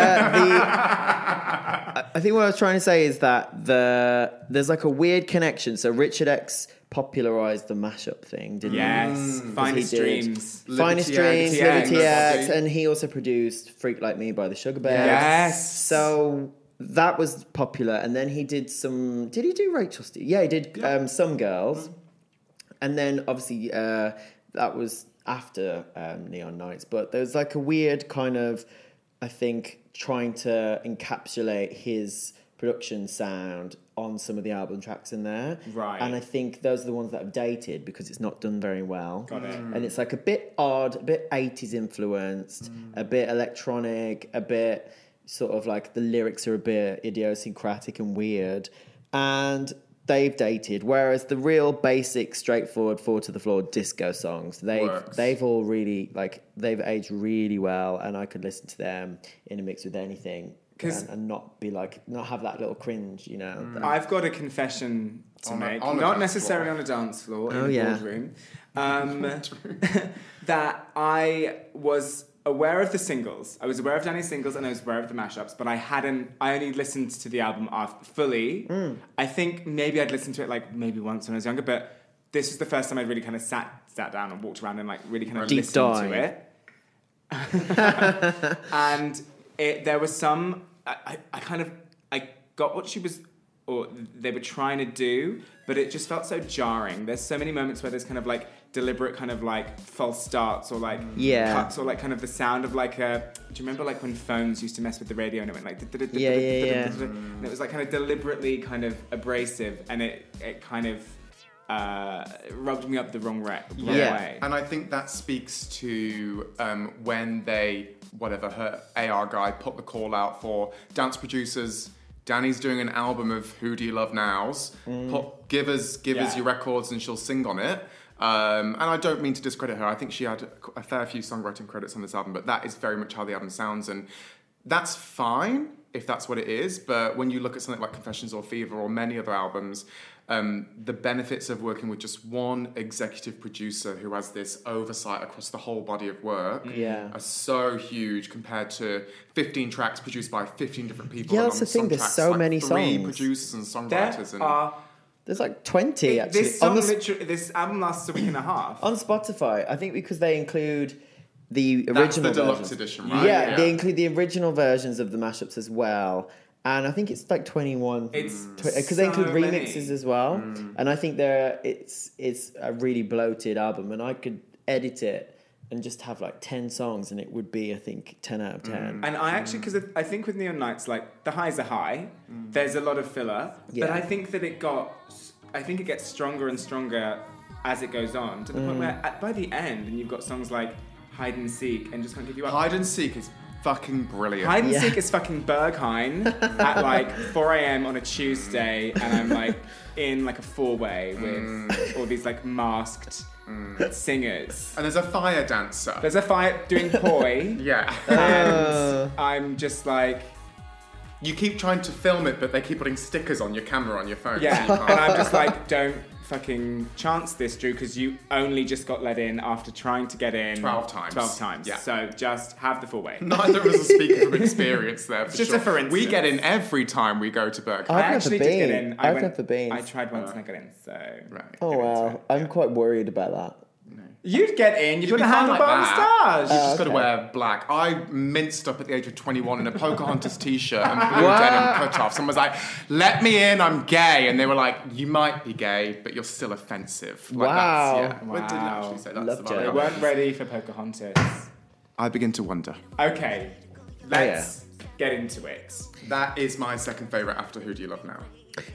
Speaker 1: I, I think what I was trying to say is that the there's like a weird connection. So Richard X popularized the mashup thing, didn't he?
Speaker 2: Yes.
Speaker 1: Mm,
Speaker 2: Finest
Speaker 1: he did.
Speaker 2: dreams.
Speaker 1: Finest Dreams,
Speaker 3: Liberty
Speaker 2: X,
Speaker 1: Liberty
Speaker 3: Liberty
Speaker 1: X,
Speaker 3: X.
Speaker 1: and he also produced Freak Like Me by the Sugar Bears.
Speaker 2: Yes.
Speaker 1: So that was popular, and then he did some. Did he do Rachel? Ste- yeah, he did Um, some girls, and then obviously uh, that was after um, Neon Nights. But there was like a weird kind of I think, trying to encapsulate his production sound on some of the album tracks in there.
Speaker 2: Right.
Speaker 1: And I think those are the ones that I've dated because it's not done very well.
Speaker 2: Got it.
Speaker 1: And it's like a bit odd, a bit 80s influenced,
Speaker 2: Mm.
Speaker 1: a bit electronic, a bit sort of like the lyrics are a bit idiosyncratic and weird. And they've dated. Whereas the real basic, straightforward, four to the floor disco songs, they've
Speaker 3: Works.
Speaker 1: they've all really like they've aged really well and I could listen to them in a mix with anything.
Speaker 2: 'Cause- Mm.
Speaker 1: and, and not be like not have that little cringe, you know. that-
Speaker 2: I've got a confession to
Speaker 3: On a-
Speaker 2: make,
Speaker 3: on a
Speaker 2: not
Speaker 3: dance
Speaker 2: necessarily
Speaker 3: floor.
Speaker 2: on a dance floor
Speaker 1: Oh,
Speaker 2: in a
Speaker 1: yeah.
Speaker 2: boardroom,
Speaker 3: *laughs*
Speaker 2: um, *laughs* that I was aware of the singles. I was aware of Danny's singles and I was aware of the mashups, but I hadn't. I only listened to the album after, fully.
Speaker 1: Mm.
Speaker 2: I think maybe I'd listened to it like maybe once when I was younger, but this was the first time I really kind of sat sat down and walked around and like really kind of
Speaker 1: Deep
Speaker 2: listened
Speaker 1: dive.
Speaker 2: to it and it, there was some I, I, I kind of i got what she was or they were trying to do but it just felt so jarring there's so many moments where there's kind of like deliberate kind of like false starts or like
Speaker 1: Yeah.
Speaker 2: cuts or like kind of the sound of like a do you remember like when phones used to mess with the radio and it went like
Speaker 1: Yeah, yeah, yeah.
Speaker 2: and it was like kind of deliberately kind of abrasive and it it kind of uh, rubbed me up the wrong, re- wrong
Speaker 1: Yeah.
Speaker 2: way
Speaker 3: And I think that speaks to um, when they, whatever, her AR guy put the call out for dance producers. Danny's doing an album of Who Do You Love Nows. Put, give us, give us
Speaker 2: Mm. Yeah.
Speaker 3: your records, and she'll sing on it. Um, and I don't mean to discredit her. I think she had a fair few songwriting credits on this album, but that is very much how the album sounds, and that's fine if that's what it is. But when you look at something like Confessions or Fever or many other albums, um, the benefits of working with just one executive producer who has this oversight across the whole body of work
Speaker 1: Mm. Yeah.
Speaker 3: are so huge compared to 15 tracks produced by 15 different people.
Speaker 1: Yeah,
Speaker 3: and
Speaker 1: that's
Speaker 3: on
Speaker 1: the thing,
Speaker 3: some
Speaker 1: there's
Speaker 3: tracks,
Speaker 1: so
Speaker 3: like,
Speaker 1: many
Speaker 3: three
Speaker 1: songs.
Speaker 3: producers and
Speaker 2: there
Speaker 3: songwriters. and
Speaker 2: are
Speaker 1: There's like twenty actually.
Speaker 2: this
Speaker 1: On
Speaker 2: song
Speaker 1: the
Speaker 2: literally this album lasts a week and a half
Speaker 1: on Spotify, I think because they include the original
Speaker 3: that's the deluxe
Speaker 1: versions.
Speaker 3: edition,
Speaker 1: Yeah,
Speaker 3: right?
Speaker 1: they include the original versions of the mashups as well. And I think it's like 21
Speaker 2: It's
Speaker 3: Mm.
Speaker 1: because they include
Speaker 2: so
Speaker 1: remixes
Speaker 2: many.
Speaker 1: as well. And I think they're it's it's a really bloated album and I could edit it and just have like 10 songs and it would be I think 10 out of
Speaker 3: Mm.
Speaker 1: 10.
Speaker 2: And I
Speaker 1: Mm.
Speaker 2: actually, because I think with Neon Nights, like the highs are high. There's a lot of filler, but
Speaker 1: Yeah.
Speaker 2: I think that it got, I think it gets stronger and stronger as it goes on to the
Speaker 1: Mm.
Speaker 2: point where at, by the end, and you've got songs like Hide and Seek and Just Can't Give You Up.
Speaker 3: Hide and Seek is fucking brilliant.
Speaker 2: Hide and
Speaker 1: Yeah.
Speaker 2: Seek is fucking
Speaker 1: *laughs*
Speaker 2: Berghain at like 4 a.m. on a Tuesday, and I'm like in like a four way with
Speaker 1: Mm.
Speaker 2: all these like masked singers.
Speaker 3: and there's a fire dancer.
Speaker 2: There's Uh, a fire
Speaker 1: *laughs*
Speaker 2: doing poi, *laughs*
Speaker 3: yeah.
Speaker 2: and I'm just like.
Speaker 3: You keep trying to film it, but they keep putting stickers on your camera on your phone.
Speaker 1: *laughs*
Speaker 3: so *laughs*
Speaker 2: Yeah,
Speaker 3: you
Speaker 2: and
Speaker 3: can't.
Speaker 2: I'm just like, don't fucking chance this, Drew, because you only just got let in after trying to get in
Speaker 3: 12 times.
Speaker 2: Twelve times.
Speaker 3: Yeah.
Speaker 2: So just have the full
Speaker 3: *laughs*
Speaker 2: way.
Speaker 3: Neither of us are speaking
Speaker 2: *laughs*
Speaker 3: from experience there. For
Speaker 2: Just a
Speaker 3: sure.
Speaker 2: for
Speaker 3: We
Speaker 2: instance.
Speaker 3: get in every time we go to Berkeley.
Speaker 1: I've
Speaker 2: I
Speaker 1: never
Speaker 2: actually did get
Speaker 1: been.
Speaker 2: in. I
Speaker 1: I've
Speaker 2: went,
Speaker 1: never been.
Speaker 2: I tried once and I got in. So
Speaker 3: right.
Speaker 1: oh
Speaker 3: get into
Speaker 1: wow.
Speaker 3: it.
Speaker 1: I'm quite worried about that.
Speaker 2: you'd get in. You'd,
Speaker 3: You'd
Speaker 2: put a
Speaker 3: be fine like
Speaker 2: handlebar
Speaker 3: that.
Speaker 2: moustache.
Speaker 3: You just got
Speaker 1: Ah, okay.
Speaker 3: to wear black. I minced up at the age of 21 in a Pocahontas t-shirt and blue denim cutoffs and was like, "Let me in, I'm gay." And they were like, "You might be gay, but you're still offensive." Like
Speaker 1: Wow.
Speaker 3: That's, yeah. Well, it didn't
Speaker 2: Wow.
Speaker 3: actually say that's
Speaker 1: Love
Speaker 3: the
Speaker 1: Joe.
Speaker 2: They
Speaker 3: Bible.
Speaker 2: weren't ready for Pocahontas.
Speaker 3: I begin to wonder.
Speaker 2: Okay,
Speaker 1: Oh,
Speaker 2: let's get into it.
Speaker 3: That is my second favorite after Who Do You Love Now.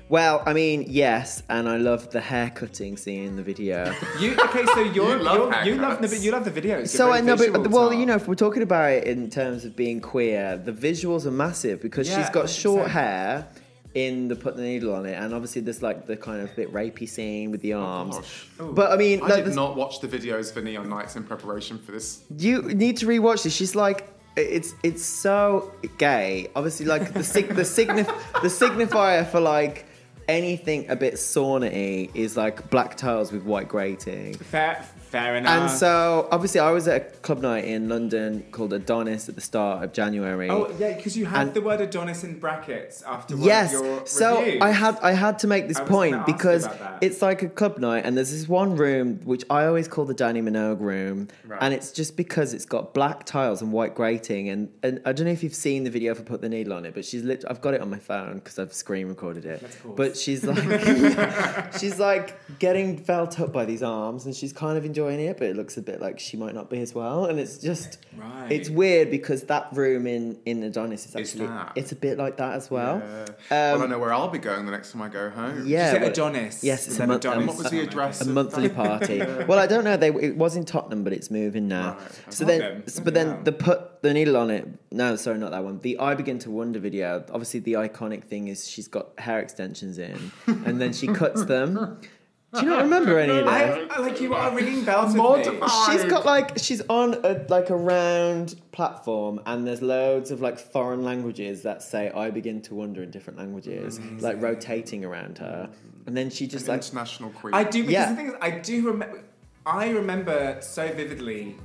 Speaker 1: Well, I mean, yes, and I love the hair cutting scene in the
Speaker 3: *laughs*
Speaker 1: video.
Speaker 2: You okay? So you're, you
Speaker 3: You love
Speaker 2: love you love the
Speaker 3: haircuts.
Speaker 2: you love the videos.
Speaker 1: So
Speaker 2: You're
Speaker 1: I know,
Speaker 2: very
Speaker 1: but
Speaker 2: visual,
Speaker 1: well,
Speaker 2: Tom.
Speaker 1: you know, if we're talking about it in terms of being queer, the visuals are massive because
Speaker 2: Yeah,
Speaker 1: she's got short
Speaker 2: 100%.
Speaker 1: hair in the put the needle on it, and obviously there's like the kind of bit rapey scene with the arms.
Speaker 3: Oh, gosh.
Speaker 1: But I mean,
Speaker 3: I
Speaker 1: like,
Speaker 3: did
Speaker 1: this-
Speaker 3: not watch the videos for Neon Nights in preparation for this
Speaker 1: you need to rewatch this. She's like, it's it's so gay. Obviously, like the sig- the signif- the signifier for like anything a bit sauna is like black tiles with white grating.
Speaker 2: fair fair enough.
Speaker 1: And so, obviously, I was at a club night in London called Adonis at the start of January.
Speaker 2: Oh yeah, because you had
Speaker 1: And-
Speaker 2: the word Adonis in brackets after one
Speaker 1: yes.
Speaker 2: of your
Speaker 1: so
Speaker 2: reviews.
Speaker 1: I had I had to make this
Speaker 2: I was gonna
Speaker 1: point
Speaker 2: ask you
Speaker 1: because
Speaker 2: about that.
Speaker 1: it's like a club night, and there's this one room which I always call the Danny Minogue room, and it's just because it's got black tiles and white grating, and, and I don't know if you've seen the video for Put the Needle on it, but she's lit- I've got it on my phone because I've screen recorded it,
Speaker 2: cool.
Speaker 1: but
Speaker 2: *laughs*
Speaker 1: she's like *laughs* she's like getting felt up by these arms, and she's kind of enjoying it, but it looks a bit like she might not be as well, and it's just
Speaker 3: Right.
Speaker 1: It's weird because that room in in Adonis is actually
Speaker 3: that.
Speaker 1: it's a bit like that as well.
Speaker 3: Yeah.
Speaker 1: Um,
Speaker 3: well, I know where I'll be going the next time I go home.
Speaker 1: Yeah,
Speaker 2: Is it
Speaker 1: well-
Speaker 2: Adonis?
Speaker 1: Yes, it's
Speaker 2: Is
Speaker 1: a
Speaker 2: that
Speaker 1: month-
Speaker 2: Adonis?
Speaker 1: a
Speaker 3: What was the
Speaker 2: Oh, okay.
Speaker 3: address?
Speaker 1: a
Speaker 3: of *laughs*
Speaker 1: monthly
Speaker 3: that?
Speaker 1: party. well, I don't know. They it was in Tottenham, but it's moving now.
Speaker 3: Right.
Speaker 1: So
Speaker 2: Okay.
Speaker 1: then, so, but then
Speaker 2: Yeah.
Speaker 1: the put the needle on it. No, sorry, not that one. The I begin to wonder video. Obviously, the iconic thing is she's got hair extensions in, and then she cuts them. Do you not remember any of this?
Speaker 2: I, I- like you are ringing bells with me.
Speaker 3: Mortified.
Speaker 1: She's got like she's on a like a round platform, and there's loads of like foreign languages that say "I begin to wonder" in different languages, like rotating around her, and then she just like
Speaker 3: International Queen.
Speaker 2: I do because
Speaker 1: Yeah.
Speaker 2: the thing is, I do remember. I remember so vividly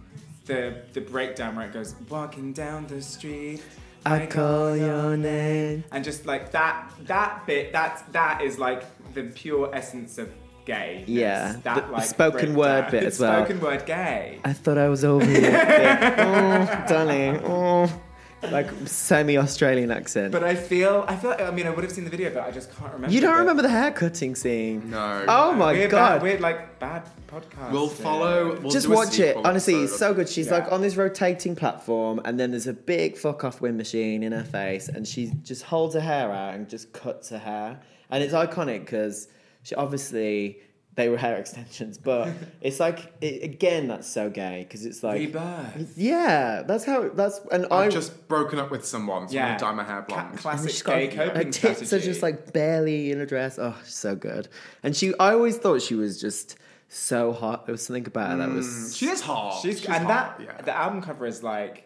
Speaker 2: the the breakdown where it goes walking down the street.
Speaker 1: I
Speaker 2: oh,
Speaker 1: call your name.
Speaker 2: and just like that that bit that's that is like the pure essence of gay.
Speaker 1: Yeah,
Speaker 2: that
Speaker 1: the- the
Speaker 2: like
Speaker 1: spoken word
Speaker 2: breakdown.
Speaker 1: bit
Speaker 2: *laughs* It's
Speaker 1: as well.
Speaker 2: Spoken word gay.
Speaker 1: I thought I was over you. Yeah. oh, darling. Oh, like semi-Australian accent.
Speaker 2: But uh, I feel I feel I mean I would have seen the video, but I just can't remember.
Speaker 1: you don't remember the hair cutting scene?
Speaker 3: no.
Speaker 1: Oh my
Speaker 2: we're
Speaker 1: god.
Speaker 2: Bad, we're like bad podcast.
Speaker 3: We'll follow. We'll
Speaker 1: just
Speaker 3: do a
Speaker 1: watch it.
Speaker 3: sequel
Speaker 1: Honestly, it's
Speaker 3: episode
Speaker 1: so
Speaker 3: of-
Speaker 1: good. She's
Speaker 2: Yeah.
Speaker 1: like on this rotating platform, and then there's a big fuck off wind machine in her face, and she just holds her hair out and just cuts her hair, and it's iconic because she obviously they were hair *laughs* extensions, but it's like it, again that's so gay because it's like
Speaker 2: Rebirth.
Speaker 1: yeah, that's how that's and
Speaker 3: I've
Speaker 1: I
Speaker 3: just broken up with someone, so I'm gonna dye my hair blonde.
Speaker 2: Ca-
Speaker 3: *laughs*
Speaker 1: And
Speaker 2: classic
Speaker 1: she's got-
Speaker 2: gay
Speaker 1: her
Speaker 2: coping
Speaker 1: tits are
Speaker 2: strategy.
Speaker 1: just like barely in a dress. Oh, she's so good. And she, I always thought she was just so hot. There was something about her that was
Speaker 3: she is hot.
Speaker 2: She's, and
Speaker 3: hot,
Speaker 2: that
Speaker 3: yeah.
Speaker 2: the album cover is like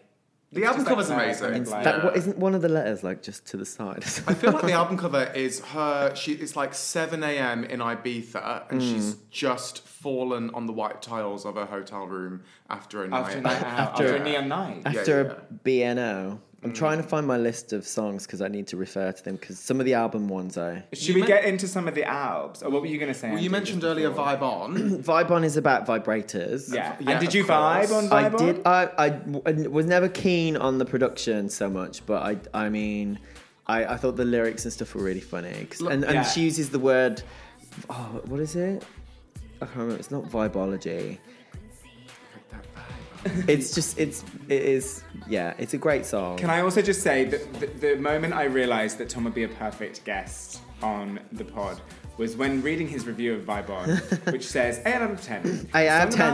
Speaker 3: the album
Speaker 2: just
Speaker 3: cover's
Speaker 2: like her
Speaker 3: amazing.
Speaker 2: and like-
Speaker 1: That
Speaker 3: Yeah.
Speaker 1: what isn't one of the letters like just to the side. *laughs*
Speaker 3: I feel
Speaker 2: *laughs*
Speaker 3: like the album cover is her. She it's like 7 a.m. in Ibiza,
Speaker 2: Hmm.
Speaker 3: and she's just fallen on the white tiles of her hotel room after a night.
Speaker 2: after
Speaker 3: *laughs*
Speaker 2: a night out,
Speaker 1: After-
Speaker 2: after, a neon night.
Speaker 1: After a BNO, I'm trying
Speaker 3: Mm.
Speaker 1: to find my list of songs because I need to refer to them because some of the album ones I
Speaker 2: Should we get into some of the albs? Or what were you going to say?
Speaker 3: Well, you
Speaker 2: Andy,
Speaker 3: mentioned uh,
Speaker 2: just
Speaker 3: earlier
Speaker 2: before?
Speaker 3: vibe on.
Speaker 2: *clears throat*
Speaker 1: Vibe On is about vibrators.
Speaker 2: Yeah.
Speaker 3: Yeah,
Speaker 2: and did
Speaker 3: of
Speaker 2: you vibe
Speaker 3: course.
Speaker 2: on
Speaker 1: I
Speaker 2: vibe
Speaker 1: did.
Speaker 2: on?
Speaker 1: I, I w- I was never keen on the production so much, but I I mean, I, I thought the lyrics and stuff were really funny. 'Cause- and and
Speaker 2: yeah.
Speaker 1: she uses the word, oh, what is it? I can't remember. It's not vibology. It's just it's it is yeah. It's a great song.
Speaker 2: Can I also just say that the, the moment I realised that Tom would be a perfect guest on the pod was when reading his review of Vibe On,
Speaker 1: *laughs*
Speaker 2: which says 8 out of 10.
Speaker 1: Eight
Speaker 2: A
Speaker 1: out of
Speaker 2: song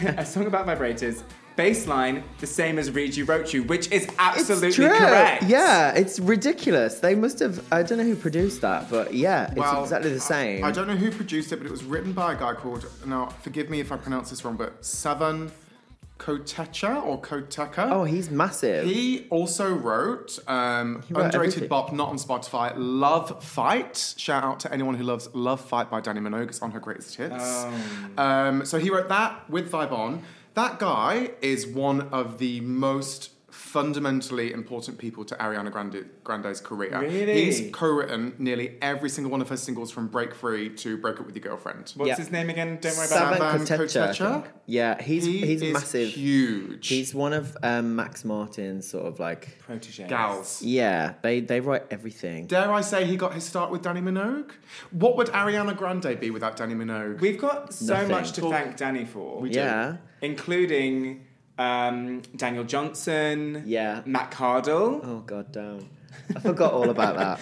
Speaker 2: about- *laughs* a song about vibrators, baseline, the same as Read You Wrote You, which is absolutely correct.
Speaker 1: Yeah, it's ridiculous. They must have. I don't know who produced that, but yeah, it's
Speaker 3: Well,
Speaker 1: exactly the
Speaker 3: I-
Speaker 1: same.
Speaker 3: I, don't know who produced it, but it was written by a guy called. Now, forgive me if I pronounce this wrong, but Savan Kotecha or Koteka.
Speaker 1: oh, he's massive.
Speaker 3: He also wrote um,
Speaker 1: wrote
Speaker 3: underrated
Speaker 1: everything.
Speaker 3: bop, not on Spotify. Love Fight. Shout out to anyone who loves Love Fight by Danny Minogue. It's on her greatest hits. Um, so he wrote that with Vibe on. That guy is one of the most fundamentally important people to Ariana Grande, Grande's career.
Speaker 2: Really?
Speaker 3: He's co-written nearly every single one of her singles from Break Free to Break Up with Your Girlfriend.
Speaker 2: What's
Speaker 1: Yeah.
Speaker 2: his name again? Don't worry about
Speaker 1: Savan
Speaker 2: it.
Speaker 3: Savan
Speaker 1: Kotecha, I
Speaker 3: Kotecha?
Speaker 1: think. Yeah, he's
Speaker 3: He
Speaker 1: he's
Speaker 3: is
Speaker 1: massive.
Speaker 3: huge.
Speaker 1: He's one of um, Max Martin's sort of like
Speaker 2: Protege.
Speaker 3: gals.
Speaker 1: yeah. They they write everything.
Speaker 3: Dare I say he got his start with Danny Minogue? What would Ariana Grande be without Danny Minogue?
Speaker 2: We've got so
Speaker 1: Nothing.
Speaker 2: much to thank Danny for.
Speaker 1: yeah,
Speaker 2: including um, Daniel Johnson,
Speaker 1: Yeah.
Speaker 2: Matt Cardle.
Speaker 1: Oh god damn, I forgot all about *laughs* that.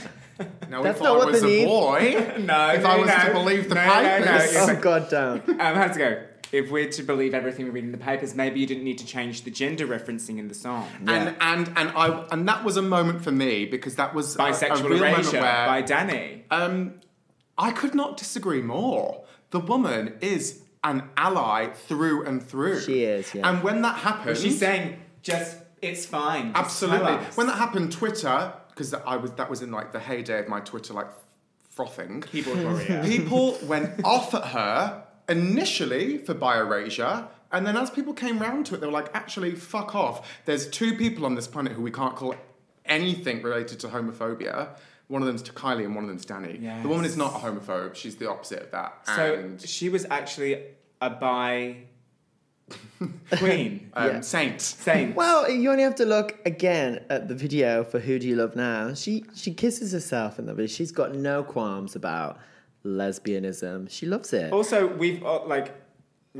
Speaker 3: Now,
Speaker 1: That's
Speaker 3: if
Speaker 1: not
Speaker 3: I
Speaker 1: what
Speaker 3: was
Speaker 1: they need.
Speaker 3: a boy,
Speaker 2: *laughs* No,
Speaker 3: if
Speaker 2: no,
Speaker 3: I was
Speaker 2: no.
Speaker 3: to believe the
Speaker 2: No, no,
Speaker 3: papers,
Speaker 2: no, yeah.
Speaker 1: oh god damn.
Speaker 2: Um, how's it go? If we're to believe everything we read in the papers, maybe you didn't need to change the gender referencing in the song.
Speaker 3: and and and I and that was a moment for me because that was a- a,
Speaker 2: Bisexual
Speaker 3: real moment
Speaker 2: erasure
Speaker 3: where
Speaker 2: by Danny.
Speaker 3: um, I could not disagree more. The woman is an ally through and through.
Speaker 1: She is, yeah.
Speaker 3: And when that happened,
Speaker 2: She's saying, just, it's fine. just
Speaker 3: Absolutely.
Speaker 2: tell us."
Speaker 3: When *laughs* that happened, Twitter, because I was that was in like the heyday of my Twitter like frothing.
Speaker 2: Keyboard warrior.
Speaker 3: People went off at her initially for bioerasure. And then as people came round to it, they were like, actually, fuck off. There's two people on this planet who we can't call anything related to homophobia. One of them's to Kylie and one of them's Danny. The woman is not a homophobe. She's the opposite of that.
Speaker 2: so *laughs*
Speaker 3: and
Speaker 2: she was actually a bi
Speaker 3: *laughs*
Speaker 2: queen.
Speaker 3: um,
Speaker 1: Yeah.
Speaker 3: saint.
Speaker 2: Same.
Speaker 1: Well, you only have to look again at the video for "Who Do You Love Now." She she kisses herself in the video. She's got no qualms about lesbianism. She loves it.
Speaker 2: Also, we've uh, like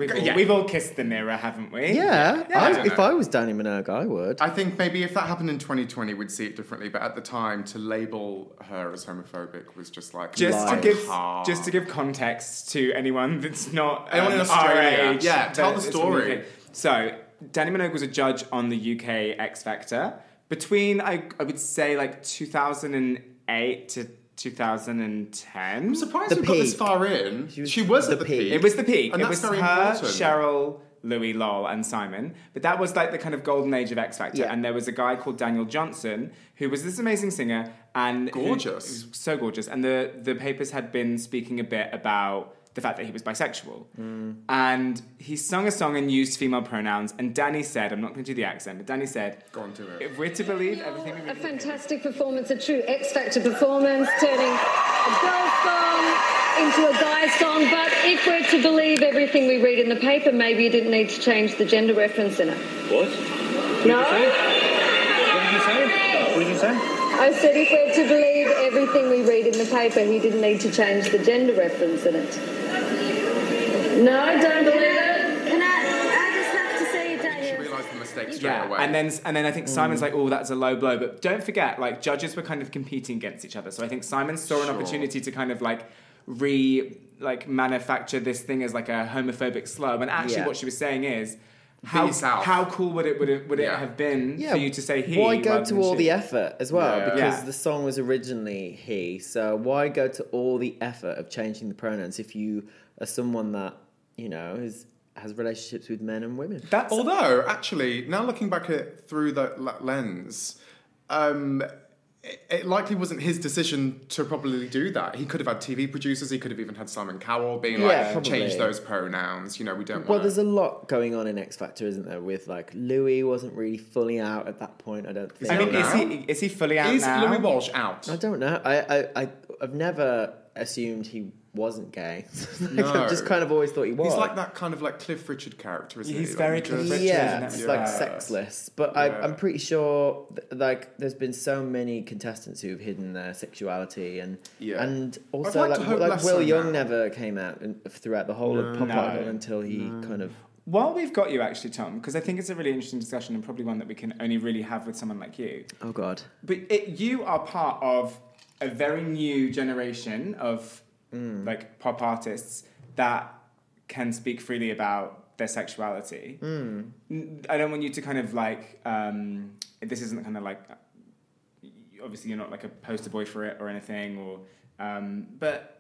Speaker 2: We've all,
Speaker 3: Yeah.
Speaker 2: we've all kissed the mirror, haven't we?
Speaker 1: Yeah,
Speaker 2: Yeah.
Speaker 1: I-
Speaker 2: Yeah.
Speaker 1: if I was Danny Minogue, I would.
Speaker 3: I think maybe if that happened in 2020, we'd see it differently. But at the time, to label her as homophobic was just like
Speaker 2: Just
Speaker 1: Lies.
Speaker 2: to give
Speaker 3: hard.
Speaker 2: just to give context to anyone that's not
Speaker 3: Anyone in
Speaker 2: um, our
Speaker 3: Australia.
Speaker 2: age.
Speaker 3: Yeah, tell
Speaker 2: that
Speaker 3: the
Speaker 2: is from
Speaker 3: story.
Speaker 2: UK. So Danny Minogue was a judge on the UK X Factor between I, I would say like 2008 to 2010.
Speaker 3: I'm surprised
Speaker 1: The
Speaker 3: we got this
Speaker 1: peak.
Speaker 3: far in. She
Speaker 1: was
Speaker 3: was,
Speaker 1: the
Speaker 3: at the
Speaker 1: peak.
Speaker 3: peak.
Speaker 2: It was the peak.
Speaker 3: And
Speaker 2: it
Speaker 3: that's
Speaker 2: was
Speaker 3: very
Speaker 2: her,
Speaker 3: important.
Speaker 2: Cheryl, Louis, Lowell, and Simon. But that was like the kind of golden age of X Factor.
Speaker 1: Yeah.
Speaker 2: And there was a guy called Daniel Johnson who was this amazing singer and who-
Speaker 3: Gorgeous.
Speaker 2: he was so gorgeous. And the the papers had been speaking a bit about the fact that he was bisexual.
Speaker 3: Hmm.
Speaker 2: And he sung a song and used female pronouns. And Danny said, I'm not going to do the accent, but Danny said,
Speaker 3: Go on, do it.
Speaker 2: If we're to believe everything we
Speaker 4: A
Speaker 2: read, in the papers-
Speaker 4: fantastic performance, a true X Factor performance, turning a girl song into a guy song. But if we're to believe everything we read in the paper, maybe you didn't need to change the gender reference in it.
Speaker 5: What? What
Speaker 4: No?
Speaker 5: did you say? What did you say? What did you say?
Speaker 4: I said if we're to believe everything we read in the paper, he didn't need to change the gender reference in it. No, I don't believe it. Can I? I just have to say,
Speaker 3: She
Speaker 4: Daniel.
Speaker 3: realised the mistake straight
Speaker 2: Yeah,
Speaker 3: away.
Speaker 2: and then and then I think Simon's like, oh, that's a low blow. But don't forget, like judges were kind of competing against each other. So I think Simon saw an
Speaker 3: Sure.
Speaker 2: opportunity to kind of like re like manufacture this thing as like a homophobic slur. And actually,
Speaker 1: Yeah.
Speaker 2: what she was saying is. How,
Speaker 3: yourself.
Speaker 2: how cool would it would it would it
Speaker 3: Yeah.
Speaker 2: have been for you to say he?
Speaker 1: Why go
Speaker 2: rather
Speaker 1: to
Speaker 2: than
Speaker 1: all
Speaker 2: she?
Speaker 1: the effort as well?
Speaker 3: Yeah.
Speaker 1: Because
Speaker 2: Yeah.
Speaker 1: the song was originally he. So why go to all the effort of changing the pronouns if you are someone that you know is has relationships with men and women?
Speaker 2: That's
Speaker 3: Although, actually, now looking back at through that la- lens, um, it, it likely wasn't his decision to probably do that. He could have had TV producers. He could have even had Simon Cowell being
Speaker 1: Yeah,
Speaker 3: like,
Speaker 1: probably.
Speaker 3: change those pronouns. You know, we don't.
Speaker 1: Well,
Speaker 3: want
Speaker 1: there's a lot going on in X Factor, isn't there? With like Louis wasn't really fully out at that point. I don't think.
Speaker 2: I mean,
Speaker 3: Now?
Speaker 2: is he is he fully out
Speaker 3: Is
Speaker 2: now?
Speaker 3: Louis Walsh out?
Speaker 1: I don't know. I, I, I I've never assumed he wasn't gay. *laughs* Like,
Speaker 3: No.
Speaker 1: I've just kind of always thought he was.
Speaker 3: He's like that kind of like Cliff Richard character, isn't
Speaker 2: He's
Speaker 3: he? Like,
Speaker 2: very
Speaker 3: just-
Speaker 2: Cliff Richard,
Speaker 1: yeah,
Speaker 2: isn't it?
Speaker 1: it's
Speaker 2: Yeah.
Speaker 1: like sexless. But I,
Speaker 3: Yeah.
Speaker 1: I'm pretty sure, th- like, there's been so many contestants who've hidden their sexuality, and
Speaker 3: Yeah.
Speaker 1: and
Speaker 3: I'd
Speaker 1: also
Speaker 3: like
Speaker 1: like
Speaker 3: to hope
Speaker 1: like
Speaker 3: less
Speaker 1: Will
Speaker 3: so
Speaker 1: Young
Speaker 3: now.
Speaker 1: never came out in, throughout the whole of Pop
Speaker 2: No.
Speaker 1: Idol until he kind of
Speaker 2: While we've got you, actually, Tom, because I think it's a really interesting discussion and probably one that we can only really have with someone like you.
Speaker 1: oh god.
Speaker 2: But it, you are part of a very new generation of
Speaker 1: Mm.
Speaker 2: like pop artists that can speak freely about their sexuality.
Speaker 1: Mm.
Speaker 2: N- I don't want you to kind of like um, this isn't kind of like uh, obviously you're not like a poster boy for it or anything or um, but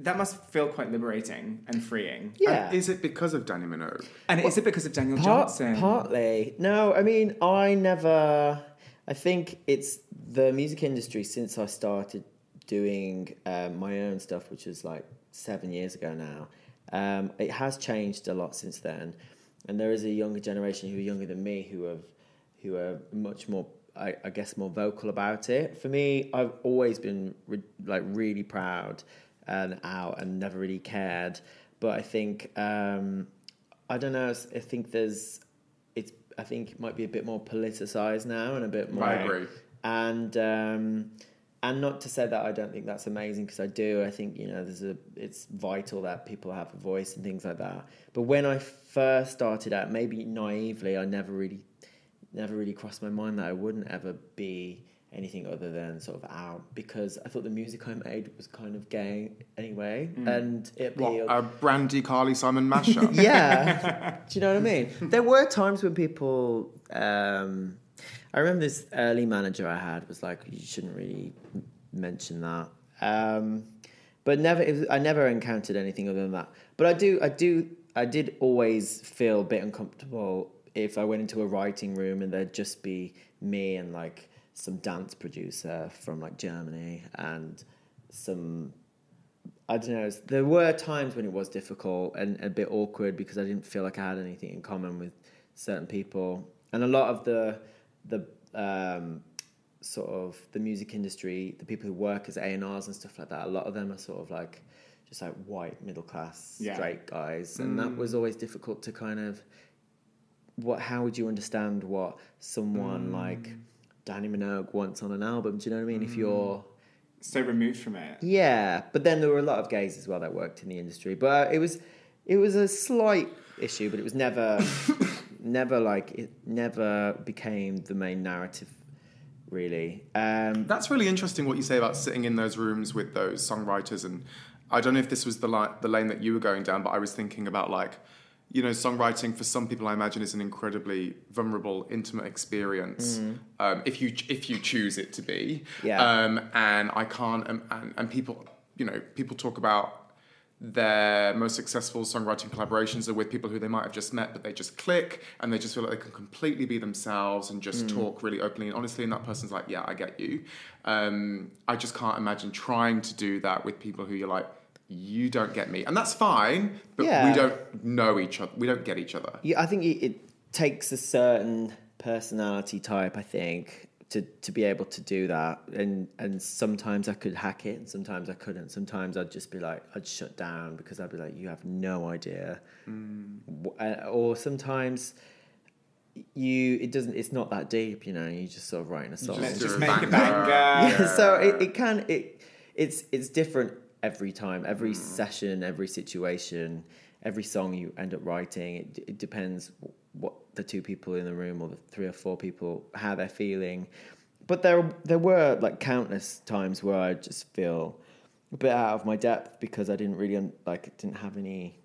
Speaker 2: that must feel quite liberating and freeing.
Speaker 1: Yeah.
Speaker 3: And is it because of Danny Minogue?
Speaker 2: And is it because of Daniel
Speaker 1: Part-
Speaker 2: Johnson?
Speaker 1: Partly. No, I mean, I never. I think it's the music industry since I started doing um, my own stuff, which was like seven years ago now. Um, it has changed a lot since then, and there is a younger generation who are younger than me who have who are much more. I, I guess more vocal about it. For me, I've always been re- like really proud and out, and never really cared. But I think um, I don't know. I think there's, it's. I think it might be a bit more politicized now and a bit more.
Speaker 3: I agree.
Speaker 1: And um, and not to say that I don't think that's amazing because I do. I think you know there's a. It's vital that people have a voice and things like that. But when I first started out, maybe naively, I never really, never really crossed my mind that I wouldn't ever be anything other than sort of out because I thought the music I made was kind of gay anyway, and it
Speaker 3: What,
Speaker 1: appealed
Speaker 3: a Brandy Carly Simon mashup?
Speaker 1: yeah. Do you know what I mean? There were times when people. Um, I remember this early manager I had was like, "You shouldn't really m- mention that," um, but never. It was, I never encountered anything other than that. But I do. I do. I did always feel a bit uncomfortable if I went into a writing room and there'd just be me and like some dance producer from like Germany and some I don't know. it's- There were times when it was difficult and a bit awkward because I didn't feel like I had anything in common with certain people, and a lot of the the um, sort of the music industry, the people who work as A and R's and stuff like that. A lot of them are sort of like just like white middle class
Speaker 2: Yeah.
Speaker 1: straight guys, and that was always difficult to kind of what how would you understand what someone like Danny Minogue wants on an album? Do you know what I mean? If you're
Speaker 2: So removed from it.
Speaker 1: yeah, but then there were a lot of gays as well that worked in the industry. But uh, it was It was a slight issue, but it was never, never like it never became the main narrative, really. Um,
Speaker 3: That's really interesting what you say about sitting in those rooms with those songwriters. And I don't know if this was the, li- the lane that you were going down, but I was thinking about like, you know, songwriting for some people, I imagine, is an incredibly vulnerable, intimate experience. Um, if you if you choose it to be,
Speaker 1: Yeah.
Speaker 3: Um, and I can't, um, and, and people, you know, people talk about their most successful songwriting collaborations are with people who they might have just met, but they just click and they just feel like they can completely be themselves and just
Speaker 1: Hmm.
Speaker 3: talk really openly and honestly. And that person's like, "Yeah, I get you." Um, I just can't imagine trying to do that with people who you're like, "You don't get me," and that's fine. But
Speaker 1: Yeah.
Speaker 3: we don't know each other. We don't get each other.
Speaker 1: yeah, I think it, it takes a certain personality type. I think. To, to be able to do that and and sometimes I could hack it and sometimes I couldn't sometimes I'd just be like I'd shut down because I'd be like you have no idea Wh- uh, or sometimes you it doesn't it's not that deep you know you just sort of writing a song
Speaker 3: Let's
Speaker 2: Just
Speaker 3: do
Speaker 2: make it
Speaker 3: banger.
Speaker 2: banger.
Speaker 1: *laughs* so it, it can it it's it's different every time every session every situation every song you end up writing it, d- it depends what the two people in the room or the three or four people how they're feeling but there there were like countless times where i just feel a bit out of my depth because i didn't really un- like didn't have any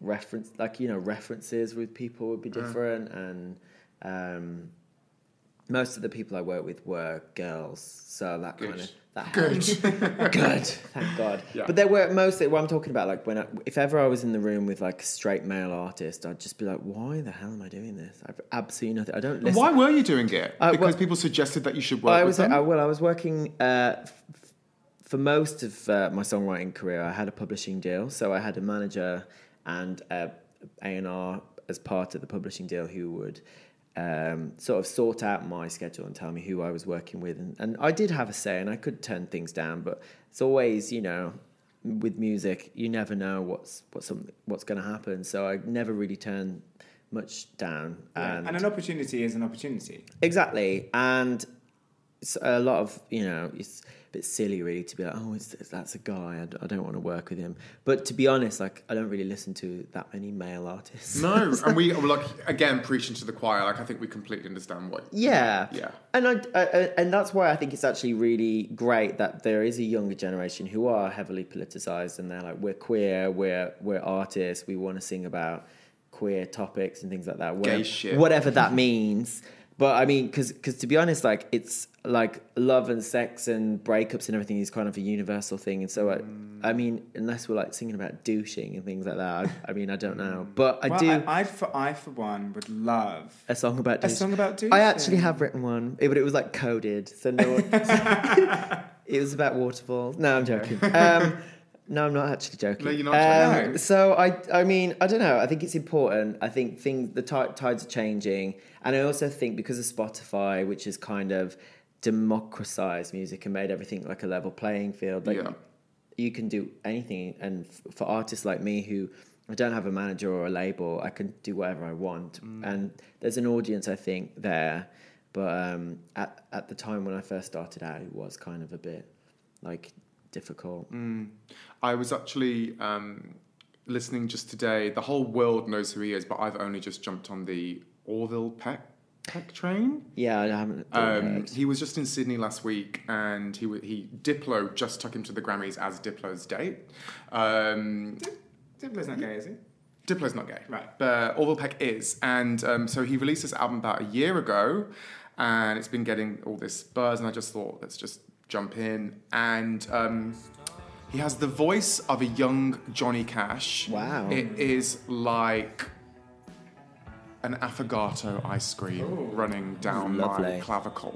Speaker 1: reference like you know references with people would be different and um most of the people I work with were girls, so that kind of that helped. good, good, thank God. But there were mostly what I'm talking about. Like when I, if ever I was in the room with like a straight male artist, I'd just be like, "Why the hell am I doing this? I've absolutely nothing. I don't listen."
Speaker 3: Why were you doing it?
Speaker 1: Uh,
Speaker 3: because
Speaker 1: well-
Speaker 3: people suggested that you should work
Speaker 1: I
Speaker 3: with
Speaker 1: was uh,
Speaker 3: them.
Speaker 1: I, well, I was working uh, f- f- for most of uh, my songwriting career. I had a publishing deal, so I had a manager and a A and R as part of the publishing deal who would um, sort of sort out my schedule and tell me who I was working with, and, and I did have a say, and I could turn things down, but it's always you know. With music, you never know what's what's some, what's going to happen. So I never really turn much down.
Speaker 2: Yeah, And an opportunity is an opportunity.
Speaker 1: Exactly, and it's a lot of you know it's a bit silly really to be like, oh, it's, that's a guy. I d- I don't want to work with him. But to be honest, like I don't really listen to that many male artists.
Speaker 3: no, and
Speaker 1: *laughs*
Speaker 3: we were like again preaching to the choir. Like I think we completely understand what.
Speaker 1: Yeah,
Speaker 3: Yeah.
Speaker 1: and I, I I- and that's why I think it's actually really great that there is a younger generation who are heavily politicized and they're like, we're queer, we're we're artists, we want to sing about queer topics and things like that, whatever,
Speaker 3: shit.
Speaker 1: whatever
Speaker 3: *laughs*
Speaker 1: that means. But I mean, because to be honest, like it's like love and sex and breakups and everything is kind of a universal thing, and so I,
Speaker 3: Mm.
Speaker 1: I mean, unless we're like singing about douching and things like that, I, I mean, I don't know,
Speaker 3: Mm.
Speaker 1: but I
Speaker 2: Well,
Speaker 1: do.
Speaker 2: I, I for I for one would love.
Speaker 1: A song about
Speaker 2: A
Speaker 1: douche.
Speaker 2: song about douche,
Speaker 1: I actually
Speaker 2: yeah.
Speaker 1: have written one, it, but it was like coded, so no.
Speaker 2: *laughs*
Speaker 1: One, *laughs* it was about waterfalls. No, I'm joking. Um, *laughs* no, I'm not actually joking.
Speaker 3: No, you're not
Speaker 1: Um,
Speaker 3: joking.
Speaker 1: So I, I mean, I don't know. I think it's important. I think things, the ti- tides are changing, and I also think because of Spotify, which has kind of democratized music and made everything like a level playing field. Like
Speaker 3: Yeah.
Speaker 1: you can do anything. And f- for artists like me who I don't have a manager or a label, I can do whatever I want.
Speaker 3: Mm.
Speaker 1: And there's an audience, I think, there. But um, at, at the time when I first started out, it was kind of a bit like difficult.
Speaker 3: Mm. I was actually um, listening just today. The whole world knows who he is, but I've only just jumped on the Orville Peck Peck train.
Speaker 1: Yeah, I haven't.
Speaker 3: Um,
Speaker 1: heard.
Speaker 3: he was just in Sydney last week, and he wa- he Diplo just took him to the Grammys as Diplo's date. Um,
Speaker 2: Diplo's not gay, is he?
Speaker 3: Diplo's not gay,
Speaker 2: Right.
Speaker 3: But Orville Peck is, and um, so he released this album about a year ago, and it's been getting all this buzz. And I just thought, let's just jump in. And um, he has the voice of a young Johnny Cash.
Speaker 1: Wow.
Speaker 3: It is like an affogato ice cream running down my
Speaker 1: Oh. Lovely.
Speaker 3: clavicle.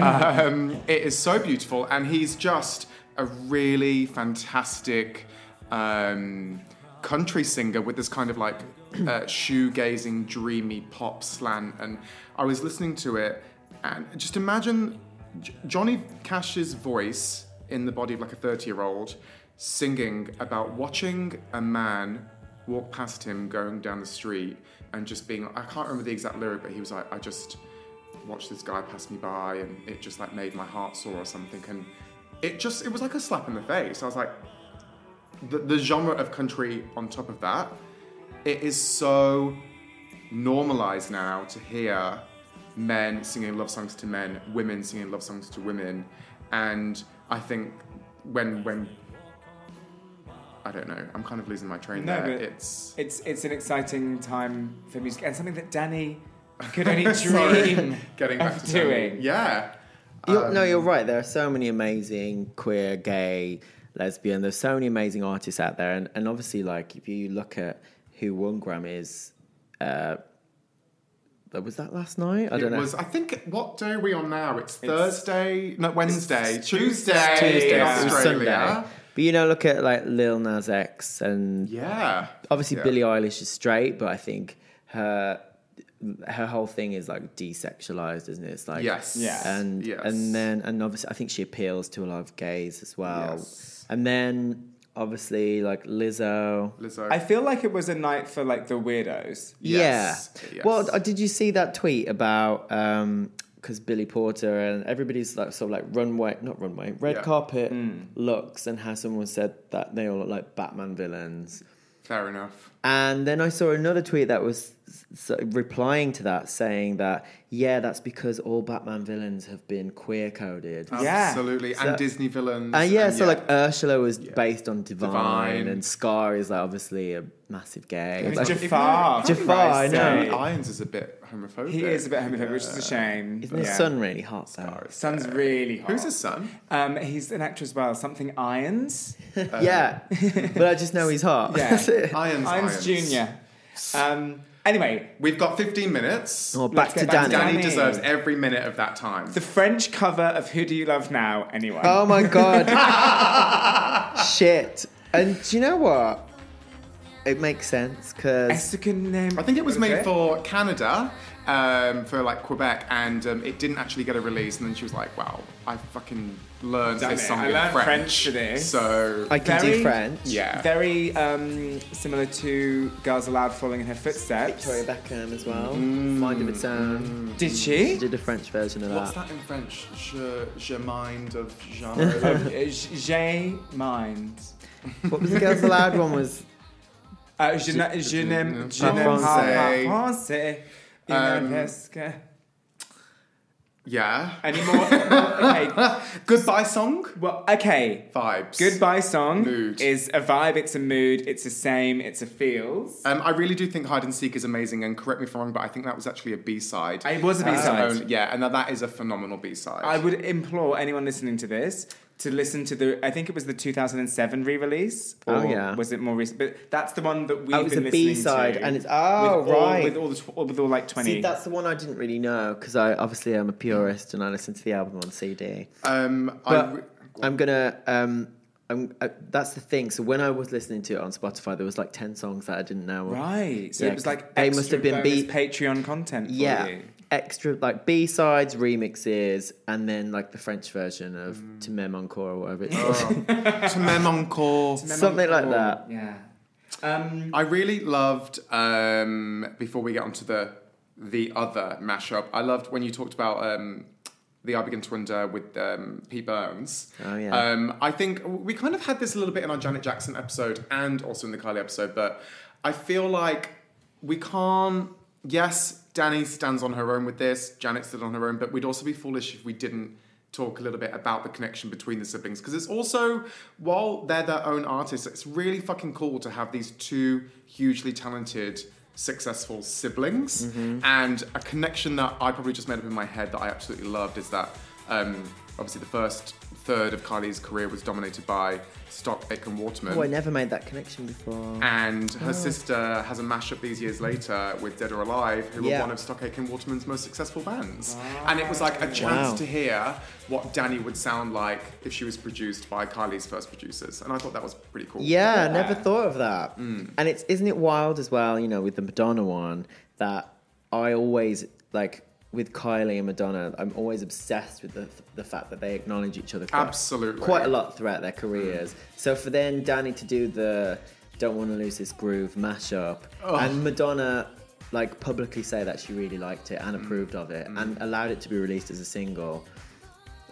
Speaker 3: Um, it is so beautiful, and he's just a really fantastic um, country singer with this kind of like uh, shoegazing, dreamy pop slant. And I was listening to it, and just imagine J- Johnny Cash's voice in the body of like a 30 year old singing about watching a man walk past him going down the street and just being I can't remember the exact lyric, but he was like, I just watched this guy pass me by and it just like made my heart sore or something and it just it was like a slap in the face i was like the, the genre of country on top of that it is so normalized now to hear men singing love songs to men, women singing love songs to women, and I think when when I don't know, I'm kind of losing my train
Speaker 2: No,
Speaker 3: there.
Speaker 2: but-
Speaker 3: It's
Speaker 2: It's it's an exciting time for music and something that Danny *laughs* could only
Speaker 3: *laughs* Sorry.
Speaker 2: *laughs* dream
Speaker 3: getting back
Speaker 2: of
Speaker 3: to Tony.
Speaker 2: doing.
Speaker 3: Yeah.
Speaker 1: You're,
Speaker 3: um,
Speaker 1: no, you're right. There are so many amazing queer, gay, lesbian. There's so many amazing artists out there, and, and obviously, like if you look at who won Grammys, uh, was that last night? I
Speaker 3: It
Speaker 1: don't know.
Speaker 3: was. I think. What day are we on now? It's, Thursday. No, Wednesday.
Speaker 2: it's
Speaker 3: Tuesday.
Speaker 1: Tuesday.
Speaker 3: in
Speaker 2: yeah.
Speaker 1: It was Sunday.
Speaker 3: Australia.
Speaker 1: But you know, look at like Lil Nas X, and
Speaker 3: Yeah.
Speaker 1: obviously
Speaker 3: Yeah.
Speaker 1: Billie Eilish is straight, but I think her her whole thing is like desexualized, isn't it? It's like
Speaker 3: Yes.
Speaker 2: Yeah.
Speaker 1: and
Speaker 3: Yes.
Speaker 1: and then and obviously I think she appeals to a lot of gays as well.
Speaker 3: Yes.
Speaker 1: And then obviously like Lizzo.
Speaker 3: Lizzo.
Speaker 2: I feel like it was a night for like the
Speaker 3: Yes.
Speaker 2: weirdos.
Speaker 1: Yeah.
Speaker 3: Yes.
Speaker 1: Well, uh, did you see that tweet about um because Billy Porter and everybody's like sort of like runway, not runway, red
Speaker 3: Yeah.
Speaker 1: carpet looks, and how someone said that they all look like Batman villains.
Speaker 3: Fair enough.
Speaker 1: And then I saw another tweet that was s- s- replying to that, saying that yeah, that's because all Batman villains have been queer coded.
Speaker 3: Oh.
Speaker 2: Yeah.
Speaker 3: Absolutely. And
Speaker 1: So-
Speaker 3: Disney villains.
Speaker 1: And yeah,
Speaker 3: and
Speaker 1: so like Ursula was based on Divine,
Speaker 3: Divine.
Speaker 1: and Scar is like obviously a massive gay.
Speaker 2: It was
Speaker 1: Like,
Speaker 2: Jafar. for
Speaker 1: Jafar, I
Speaker 2: Christ's
Speaker 1: know.
Speaker 2: sake.
Speaker 3: Irons is a bit homophobic.
Speaker 2: He is a bit homophobic, which is a shame.
Speaker 1: isn't his
Speaker 2: Yeah.
Speaker 1: son really hot though?
Speaker 2: Son's really hot.
Speaker 3: Who's his son?
Speaker 2: Um, he's an actor as well. Something *laughs* Irons.
Speaker 1: yeah, *laughs* but I just know he's hot.
Speaker 2: Yeah.
Speaker 1: That's it.
Speaker 3: Irons.
Speaker 2: Irons Junior. Um, anyway,
Speaker 3: We've got 15 minutes.
Speaker 1: Oh,
Speaker 2: Let's
Speaker 1: back to
Speaker 2: get back
Speaker 1: Danny.
Speaker 2: to
Speaker 3: Danny
Speaker 2: Danny.
Speaker 3: deserves every minute of that time.
Speaker 2: the French cover of "Who Do You Love Now?" Anyway,
Speaker 1: Oh my god! Shit. And do you know what? It makes sense because
Speaker 2: Mexican name.
Speaker 3: I think it was made
Speaker 2: it?
Speaker 3: for Canada, um, for like Quebec, and um, it didn't actually get a release. And then she was like, "Wow, I fucking learned
Speaker 2: Damn
Speaker 3: this
Speaker 2: it,
Speaker 3: song
Speaker 2: I
Speaker 3: in
Speaker 2: learned
Speaker 3: French,
Speaker 2: French today.
Speaker 3: So
Speaker 1: I can do
Speaker 2: Very-
Speaker 1: French.
Speaker 3: yeah,
Speaker 2: Very um, similar to Girls Aloud following in her footsteps.
Speaker 1: Victoria Beckham as well. Mind of its own.
Speaker 2: Did
Speaker 1: She
Speaker 2: she?
Speaker 1: did a French version of
Speaker 3: what's
Speaker 1: that.
Speaker 3: that in French? Je, je mind of
Speaker 2: Uh,
Speaker 3: genre.
Speaker 2: J'ai mind.
Speaker 1: What was the Girls Aloud one? Was
Speaker 2: Uh, je ne- je n'aime je
Speaker 1: Pas
Speaker 2: n'aime pas
Speaker 3: français.
Speaker 2: français. Il
Speaker 3: Um,
Speaker 2: ne reste que-
Speaker 3: *laughs* yeah,
Speaker 2: Any more? okay.
Speaker 3: *laughs* goodbye song
Speaker 2: Well, okay.
Speaker 3: vibes.
Speaker 2: Goodbye song
Speaker 3: Mood.
Speaker 2: is a vibe, it's a mood, it's a same, it's a feels.
Speaker 3: Um, I really do think Hide and Seek is amazing, and correct me if I'm wrong, but I think that was actually a B side.
Speaker 2: It was a B-side.
Speaker 3: yeah, and that, that is a phenomenal B side.
Speaker 2: I would implore anyone listening to this to listen to the. I think it was the 2007 re-release. Or
Speaker 1: Oh, yeah.
Speaker 2: Was it more recent? But that's the one that we've
Speaker 1: Oh, it's
Speaker 2: been
Speaker 1: a
Speaker 2: listening
Speaker 1: B-side,
Speaker 2: to
Speaker 1: and it's- oh,
Speaker 2: with all-
Speaker 1: right.
Speaker 2: with all the tw- with all like 20.
Speaker 1: see, that's the one I didn't really know because I obviously I'm a purist and I listen to the album on CD.
Speaker 3: um, I
Speaker 2: *laughs*
Speaker 3: re-
Speaker 1: But I'm gonna. Um, I'm, uh, that's the thing. So when I was listening to it on Spotify, there was like ten songs that I didn't know.
Speaker 2: right. So
Speaker 1: Yeah,
Speaker 2: it was like
Speaker 1: they
Speaker 2: extra
Speaker 1: must have been
Speaker 2: bonus
Speaker 1: beat-
Speaker 2: Patreon content. For
Speaker 1: Yeah.
Speaker 2: You.
Speaker 1: Extra like B sides, remixes, and then like the French version of To Mem Encore or whatever it's called.
Speaker 3: Mm. Oh. to Mem Encore.
Speaker 1: *laughs* Something like that.
Speaker 2: Yeah. Um,
Speaker 3: I really loved um, before we get onto the the other mashup. I loved when you talked about um, the I Begin to Wonder with um, Pete Burns.
Speaker 1: Oh, yeah.
Speaker 3: Um, I think we kind of had this a little bit in our Janet Jackson episode and also in the Kylie episode, but I feel like we can't. Yes, Danny stands on her own with this. Janet stood on her own, but we'd also be foolish if we didn't talk a little bit about the connection between the siblings because it's also while they're their own artists it's really fucking cool to have these two hugely talented successful siblings and a connection that i probably just made up in my head that i absolutely loved is that um, obviously the first third of kylie's career was dominated by stock aitken waterman
Speaker 1: Oh, I never made that connection before.
Speaker 3: and her
Speaker 1: Oh.
Speaker 3: sister has a mashup these years later with Dead or Alive, who
Speaker 1: Yeah. Ah.
Speaker 3: were one of Stock Aitken Waterman's most successful bands. And it was like a chance
Speaker 1: Wow.
Speaker 3: to hear what Danny would sound like if she was produced by Kylie's first producers. And I thought that was pretty cool.
Speaker 1: Yeah, I never thought of that.
Speaker 3: Mm.
Speaker 1: And it's isn't it wild as well, you know, with the Madonna one that I always like with Kylie and Madonna, I'm always obsessed with the, the fact that they acknowledge each other quite,
Speaker 3: Absolutely. Mm.
Speaker 1: quite a lot throughout their careers. So for then Danny to do the "Don't Want to Lose This Groove" mashup
Speaker 3: Oh.
Speaker 1: and Madonna like
Speaker 3: Mm.
Speaker 1: publicly say that she really liked it and approved of it and allowed it to be released as a single.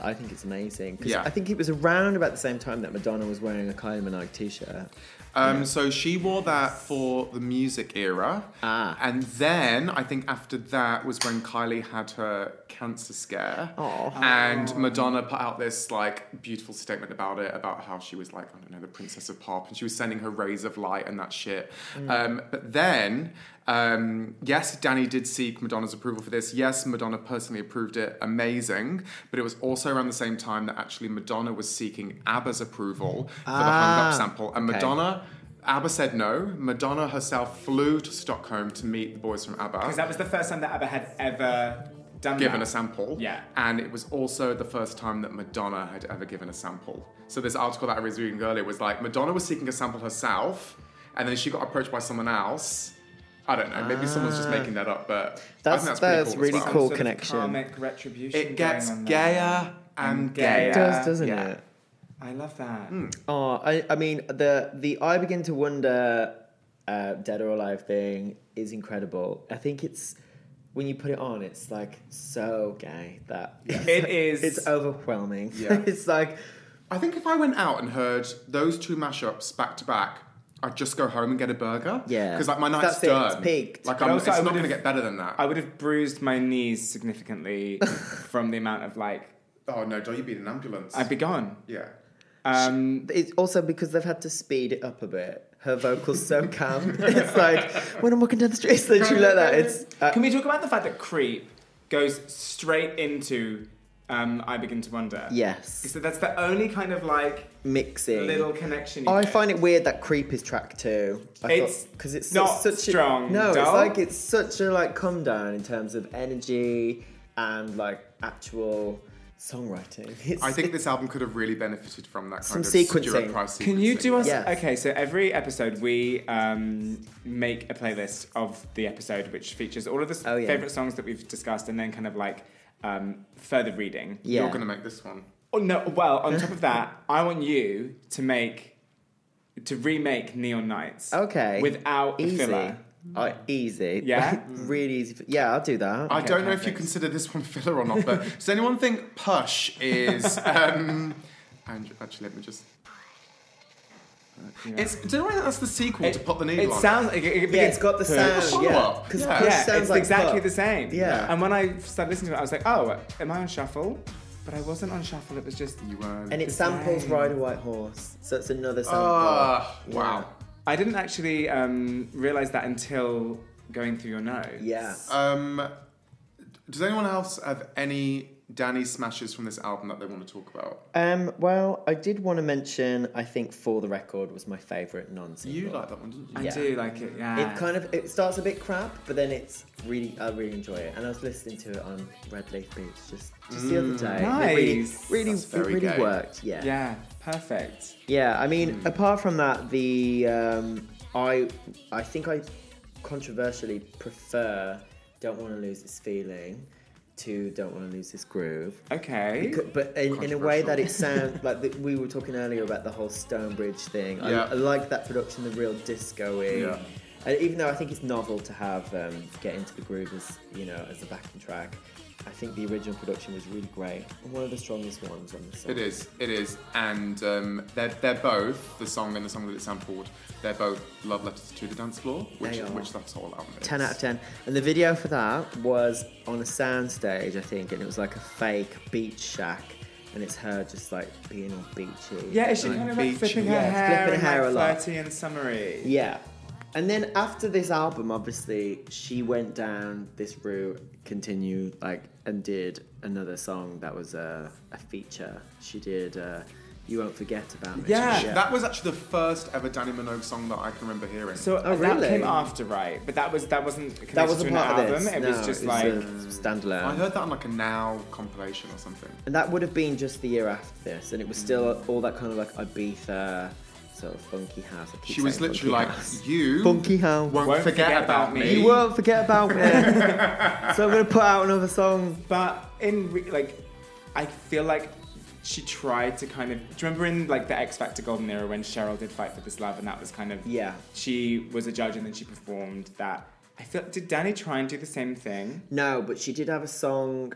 Speaker 1: I think it's amazing. 'Cause
Speaker 3: Yeah.
Speaker 1: I think it was around about the same time that Madonna was wearing a Kylie Minogue t-shirt.
Speaker 3: Um, So she wore that for the music era.
Speaker 1: Ah.
Speaker 3: And then I think after that was when Kylie had her cancer scare.
Speaker 1: Aw. Oh.
Speaker 3: And Madonna put out this like beautiful statement about it, about how she was like, I don't know, the princess of pop, and she was sending her rays of light and that shit.
Speaker 1: Mm.
Speaker 3: Um, but then, um, yes, Danny did seek Madonna's approval for this. Yes, Madonna personally approved it. Amazing. But it was also around the same time that actually Madonna was seeking ABBA's approval for the hung
Speaker 1: Ah.
Speaker 3: up sample. And
Speaker 1: Okay.
Speaker 3: Madonna Madonna- ABBA said no. Madonna herself flew to Stockholm to meet the boys from
Speaker 2: Because
Speaker 3: ABBA,
Speaker 2: that was the first time that ABBA had ever done
Speaker 3: given
Speaker 2: that.
Speaker 3: a sample.
Speaker 2: Yeah.
Speaker 3: And it was also the first time that Madonna had ever given a sample. So this article that I was reading earlier was like Madonna was seeking a sample herself, and then she got approached by someone else. I don't know. Maybe someone's
Speaker 2: Ah.
Speaker 3: just making that up, but I
Speaker 1: That's-
Speaker 3: think
Speaker 1: that's
Speaker 3: that's, pretty cool. as
Speaker 1: really
Speaker 3: well.
Speaker 1: cool.
Speaker 2: Sort of
Speaker 1: connection.
Speaker 2: Karmic retribution.
Speaker 3: It gets
Speaker 2: going on there.
Speaker 3: gayer and
Speaker 2: gayer.
Speaker 3: gayer.
Speaker 1: It does, doesn't
Speaker 3: Yeah.
Speaker 1: it?
Speaker 2: I love that.
Speaker 3: Hmm.
Speaker 1: Oh, I, I mean the the I begin to wonder, uh, dead or alive thing is incredible. I think it's when you put it on, it's like so gay that
Speaker 2: It is.
Speaker 1: It's overwhelming.
Speaker 3: Yeah.
Speaker 1: *laughs* it's like
Speaker 3: I think if I went out and heard those two mashups back to back, I'd just go home and get a burger.
Speaker 1: Yeah.
Speaker 3: because like my night's
Speaker 1: That's it,
Speaker 3: done.
Speaker 1: it's peaked.
Speaker 3: Like
Speaker 2: But
Speaker 3: I'm,
Speaker 2: also
Speaker 3: it's
Speaker 2: I
Speaker 3: not going to
Speaker 2: would've-
Speaker 3: get better than that.
Speaker 2: I would have bruised my knees
Speaker 1: *laughs*
Speaker 2: significantly from the amount of like
Speaker 3: oh no, don't you beat an ambulance?
Speaker 2: I'd be gone.
Speaker 3: yeah.
Speaker 2: Um,
Speaker 1: it's also because they've had to speed it up a bit. Her vocals so calm. *laughs* it's like when I'm walking down the street, it's literally like that. It's uh,
Speaker 2: can we talk about the fact that "Creep" goes straight into um, "I Begin to Wonder"?
Speaker 1: yes,
Speaker 2: So that's the only kind of like
Speaker 1: mixing.
Speaker 2: little connection. You
Speaker 1: I
Speaker 2: get.
Speaker 1: find it weird that creep is track two.
Speaker 2: It's
Speaker 1: because it's
Speaker 2: not
Speaker 1: such A,
Speaker 2: strong,
Speaker 1: no, it's
Speaker 2: doll.
Speaker 1: like it's such a like come down in terms of energy and like actual songwriting. *laughs* It's,
Speaker 3: I think this album could have really benefited from that
Speaker 1: Some
Speaker 3: kind of Stuart
Speaker 1: sequencing.
Speaker 3: Price
Speaker 2: Can you do
Speaker 3: sequencing.
Speaker 2: us
Speaker 1: Yes.
Speaker 2: okay? So every episode we um, make a playlist of the episode, which features all of the s-
Speaker 1: Oh, yeah.
Speaker 2: favorite songs that we've discussed, and then kind of like um, further reading.
Speaker 1: yeah.
Speaker 3: You're going to make this one.
Speaker 2: Oh no! Well, on top of that, I want you to make to remake Neon Nights.
Speaker 1: okay.
Speaker 2: Without the
Speaker 1: easy.
Speaker 2: filler.
Speaker 1: Uh, easy. *laughs*
Speaker 2: Yeah?
Speaker 1: really easy. f- Yeah, I'll do that.
Speaker 3: I don't know if you
Speaker 2: perfect.
Speaker 3: consider this one filler or not, but does anyone think Push is? um Andrew, actually, let me just. It's. Do you know why that's the sequel to Pop the Needle?
Speaker 2: It
Speaker 3: on?
Speaker 2: sounds. It, it
Speaker 1: yeah, it's got the sound.
Speaker 3: follow
Speaker 1: Yeah,
Speaker 3: up.
Speaker 1: because
Speaker 3: Yeah.
Speaker 1: push
Speaker 2: Yeah,
Speaker 1: sounds
Speaker 2: it's
Speaker 1: like
Speaker 2: exactly
Speaker 1: Puff.
Speaker 2: the same.
Speaker 1: Yeah.
Speaker 2: And when I started listening to it, I was like, oh, am I on shuffle? But I wasn't on shuffle. It was just.
Speaker 3: You were.
Speaker 1: And it samples
Speaker 2: same.
Speaker 1: Ride a White Horse, so it's another sample.
Speaker 3: Ah, wow.
Speaker 2: I didn't actually um, realize that until going through your nose.
Speaker 1: Yeah.
Speaker 3: Um, does anyone else have any Danny smashes from this album that they want to talk about?
Speaker 1: Um, well, I did want to mention. I think for the record was my favourite non-single.
Speaker 3: You like that one, didn't you?
Speaker 2: I
Speaker 1: Yeah.
Speaker 2: do like it, yeah.
Speaker 1: It kind of it starts a bit crap, but then it's really I really enjoy it. And I was listening to it on Red Leaf Beach just just the other day. and
Speaker 2: nice.
Speaker 1: It really really,
Speaker 3: That's
Speaker 1: it
Speaker 3: very
Speaker 1: really
Speaker 3: gay.
Speaker 1: worked. Yeah. yeah.
Speaker 2: Yeah, perfect.
Speaker 1: I mean, apart from that, the um, I I think I controversially prefer Don't Want to Lose This Feeling to Don't Want to Lose This Groove.
Speaker 2: Okay.
Speaker 1: C- But in, in a way that it sounds like the, we were talking earlier about the whole Stonebridge thing.
Speaker 3: Yeah.
Speaker 1: I, I like that production, the real disco-y.
Speaker 3: Yeah.
Speaker 1: And even though I think it's novel to have um, get into the groove as you know as a backing track, I think the original production was really great and one of the strongest ones on the song.
Speaker 3: It is, it is, and um, they're, they're both the song and the song that it sampled. They're both love letters to the dance floor, which
Speaker 1: They are.
Speaker 3: which that's all album. Is.
Speaker 1: Ten out of ten. And the video for that was on a soundstage, I think, and it was like a fake beach shack, and it's her just like being all beachy.
Speaker 2: yeah, is she
Speaker 1: Like,
Speaker 2: kind of like
Speaker 3: beach-
Speaker 2: flipping her
Speaker 1: yeah,
Speaker 2: hair
Speaker 1: flipping
Speaker 2: and
Speaker 1: her hair
Speaker 2: like
Speaker 1: a lot.
Speaker 2: flirty and summery?
Speaker 1: Yeah. And then after this album, obviously, she went down this route, continued, like, and did another song that was a, a feature. She did uh, You Won't Forget About Me.
Speaker 2: Yeah.
Speaker 3: That was actually the first ever Danny Minogue song that I can remember hearing.
Speaker 2: So
Speaker 1: Oh,
Speaker 2: that
Speaker 1: really?
Speaker 2: came after, right? But that was that wasn't connected
Speaker 1: that was
Speaker 2: to
Speaker 1: a
Speaker 2: an
Speaker 1: part
Speaker 2: album.
Speaker 1: of this.
Speaker 2: It
Speaker 1: No,
Speaker 2: was just
Speaker 1: it's
Speaker 2: like
Speaker 1: a standalone.
Speaker 3: I heard that on like a Now compilation or something.
Speaker 1: And that would have been just the year after this, and it was
Speaker 3: Mm.
Speaker 1: still all that kind of like Ibiza sort of funky house. I keep
Speaker 3: She was
Speaker 1: saying
Speaker 3: literally
Speaker 1: funky
Speaker 3: like,
Speaker 1: house.
Speaker 3: "You
Speaker 1: Funky house.
Speaker 3: won't, forget, about me."
Speaker 1: You won't forget about
Speaker 3: *laughs*
Speaker 1: me. so I'm gonna put out another song
Speaker 2: But in re- like, I feel like she tried to kind of. Do you remember in like the X Factor Golden Era when Cheryl did fight for this love, and that was kind of
Speaker 1: Yeah.
Speaker 2: She was a judge, and then she performed that. I feel. Did Danny try and do the same thing?
Speaker 1: No, but she did have a song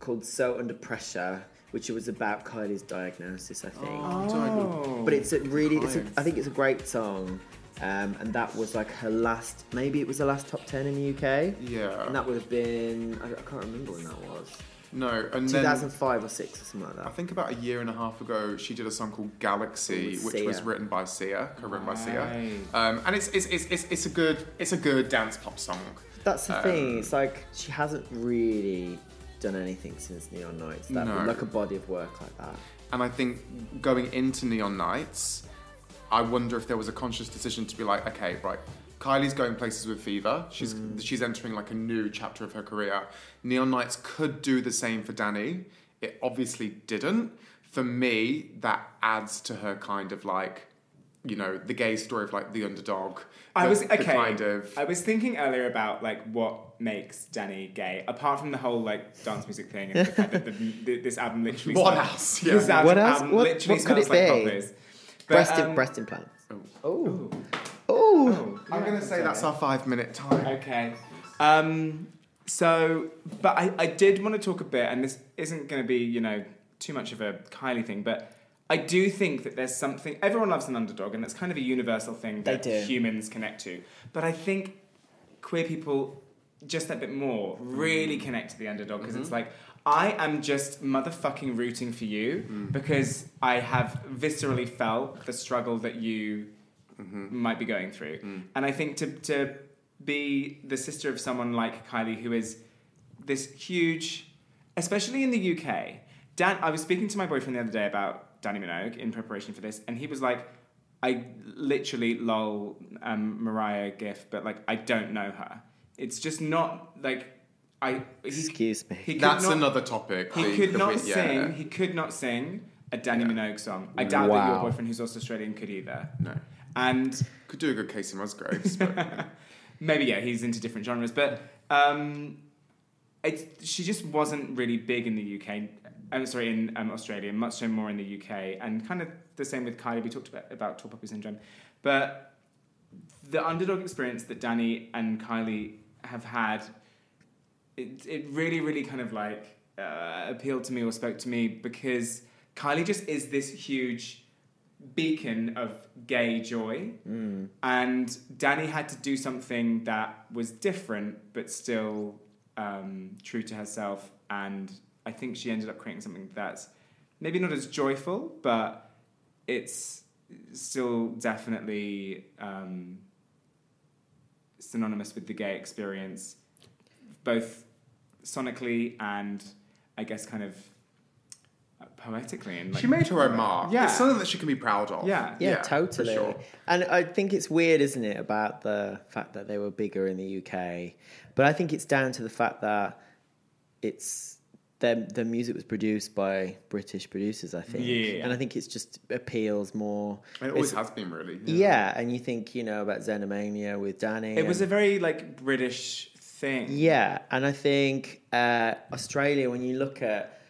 Speaker 1: called So Under Pressure, which was about Kylie's diagnosis, I think.
Speaker 2: Oh.
Speaker 1: But it's a really, it's a, I think it's a great song. Um, and that was like her last, maybe it was the last top 10 in the UK.
Speaker 3: Yeah.
Speaker 1: And that would have been, I, I can't remember when that was.
Speaker 3: No, and then
Speaker 1: 2005 or 6 or something like that.
Speaker 3: I think about a year and a half ago, she did a song called Galaxy,
Speaker 1: With
Speaker 3: which was
Speaker 1: Sia.
Speaker 3: written by Sia, co-written by Sia,
Speaker 2: Right.
Speaker 3: um, and it's it's, it's it's it's a good it's a good dance pop song.
Speaker 1: That's the
Speaker 3: Um,
Speaker 1: thing. It's like she hasn't really done anything since Neon Nights. That
Speaker 3: No.
Speaker 1: like a body of work like that.
Speaker 3: And I think going into Neon Nights, I wonder if there was a conscious decision to be like, okay, right, Kylie's going places with Fever. She's
Speaker 2: Mm.
Speaker 3: she's entering like a new chapter of her career. Neon Nights could do the same for Danny. It obviously didn't. For me, that adds to her kind of like, you know, the gay story of like the underdog.
Speaker 2: I
Speaker 3: the-
Speaker 2: was
Speaker 3: the
Speaker 2: okay.
Speaker 3: kind of.
Speaker 2: I was thinking earlier about like what makes Danny gay, apart from the whole like dance music thing and the
Speaker 3: *laughs*
Speaker 2: fact that the, the, this album literally.
Speaker 3: What
Speaker 2: smells-
Speaker 3: else? Yeah.
Speaker 2: This album,
Speaker 1: What else?
Speaker 2: album
Speaker 1: What-
Speaker 2: literally
Speaker 1: what could it
Speaker 2: smells like
Speaker 1: be?
Speaker 2: poppers. But,
Speaker 1: breast,
Speaker 2: um,
Speaker 1: breast implants.
Speaker 2: ooh.
Speaker 1: Oh,
Speaker 2: Oh,
Speaker 3: I'm
Speaker 2: yeah,
Speaker 3: gonna say
Speaker 2: okay.
Speaker 3: that's our five minute time.
Speaker 2: Okay. Um, so, but I, I did want to talk a bit, and this isn't going to be, you know, too much of a Kylie thing, but I do think that there's something, everyone loves an underdog, and that's kind of a universal thing
Speaker 1: They
Speaker 2: that
Speaker 1: do.
Speaker 2: humans connect to. But I think queer people, just that bit more, really
Speaker 1: Mm.
Speaker 2: connect to the underdog because
Speaker 1: Mm-hmm.
Speaker 2: it's like, I am just motherfucking rooting for you
Speaker 1: Mm.
Speaker 2: because I have viscerally felt the struggle that you might be going through.
Speaker 3: Mm.
Speaker 2: And I think to, to be the sister of someone like Kylie, who is this huge, especially in the UK. Dan, I was speaking to my boyfriend the other day about Danny Minogue in preparation for this, and he was like, I literally lol um, Mariah GIF, but like, I don't know her. It's just not like. I, he,
Speaker 1: Excuse me.
Speaker 2: he could
Speaker 3: That's
Speaker 2: not-
Speaker 3: another topic.
Speaker 2: he
Speaker 3: the-
Speaker 2: could
Speaker 3: the-
Speaker 2: not
Speaker 3: yeah.
Speaker 2: sing. He could not sing a Danny Minogue song. I doubt that your
Speaker 1: Wow.
Speaker 2: boyfriend, who's also Australian, could either.
Speaker 3: No.
Speaker 2: And
Speaker 3: Could do a good Casey Musgraves, but
Speaker 2: maybe yeah, he's into different genres, but um, it's, she just wasn't really big in the UK. I'm sorry, in um, Australia, much so more in the UK, and kind of the same with Kylie. We talked about, about tall poppy syndrome, but the underdog experience that Danny and Kylie have had, it, it really, really kind of like uh, appealed to me or spoke to me because Kylie just is this huge beacon of gay joy. And Danny had to do something that was different but still um, true to herself. And I think she ended up creating something that's maybe not as joyful, but it's still definitely um, synonymous with the gay experience, both sonically and I guess kind of uh, poetically. And like,
Speaker 3: She made her own mark.
Speaker 2: Yeah.
Speaker 3: It's something that she can be proud of.
Speaker 2: Yeah.
Speaker 1: yeah,
Speaker 3: for
Speaker 1: totally.
Speaker 3: sure.
Speaker 1: And I think it's weird, isn't it, about the fact that they were bigger in the UK? But I think it's down to the fact that it's their their music was produced by British producers. I think,
Speaker 2: Yeah.
Speaker 1: and I think it's just appeals more.
Speaker 3: And it always has been, really.
Speaker 1: yeah. and you think you know about Xenomania with Danny.
Speaker 2: it was
Speaker 1: and-
Speaker 2: a very like British thing.
Speaker 1: yeah, and I think uh, Australia, when you look at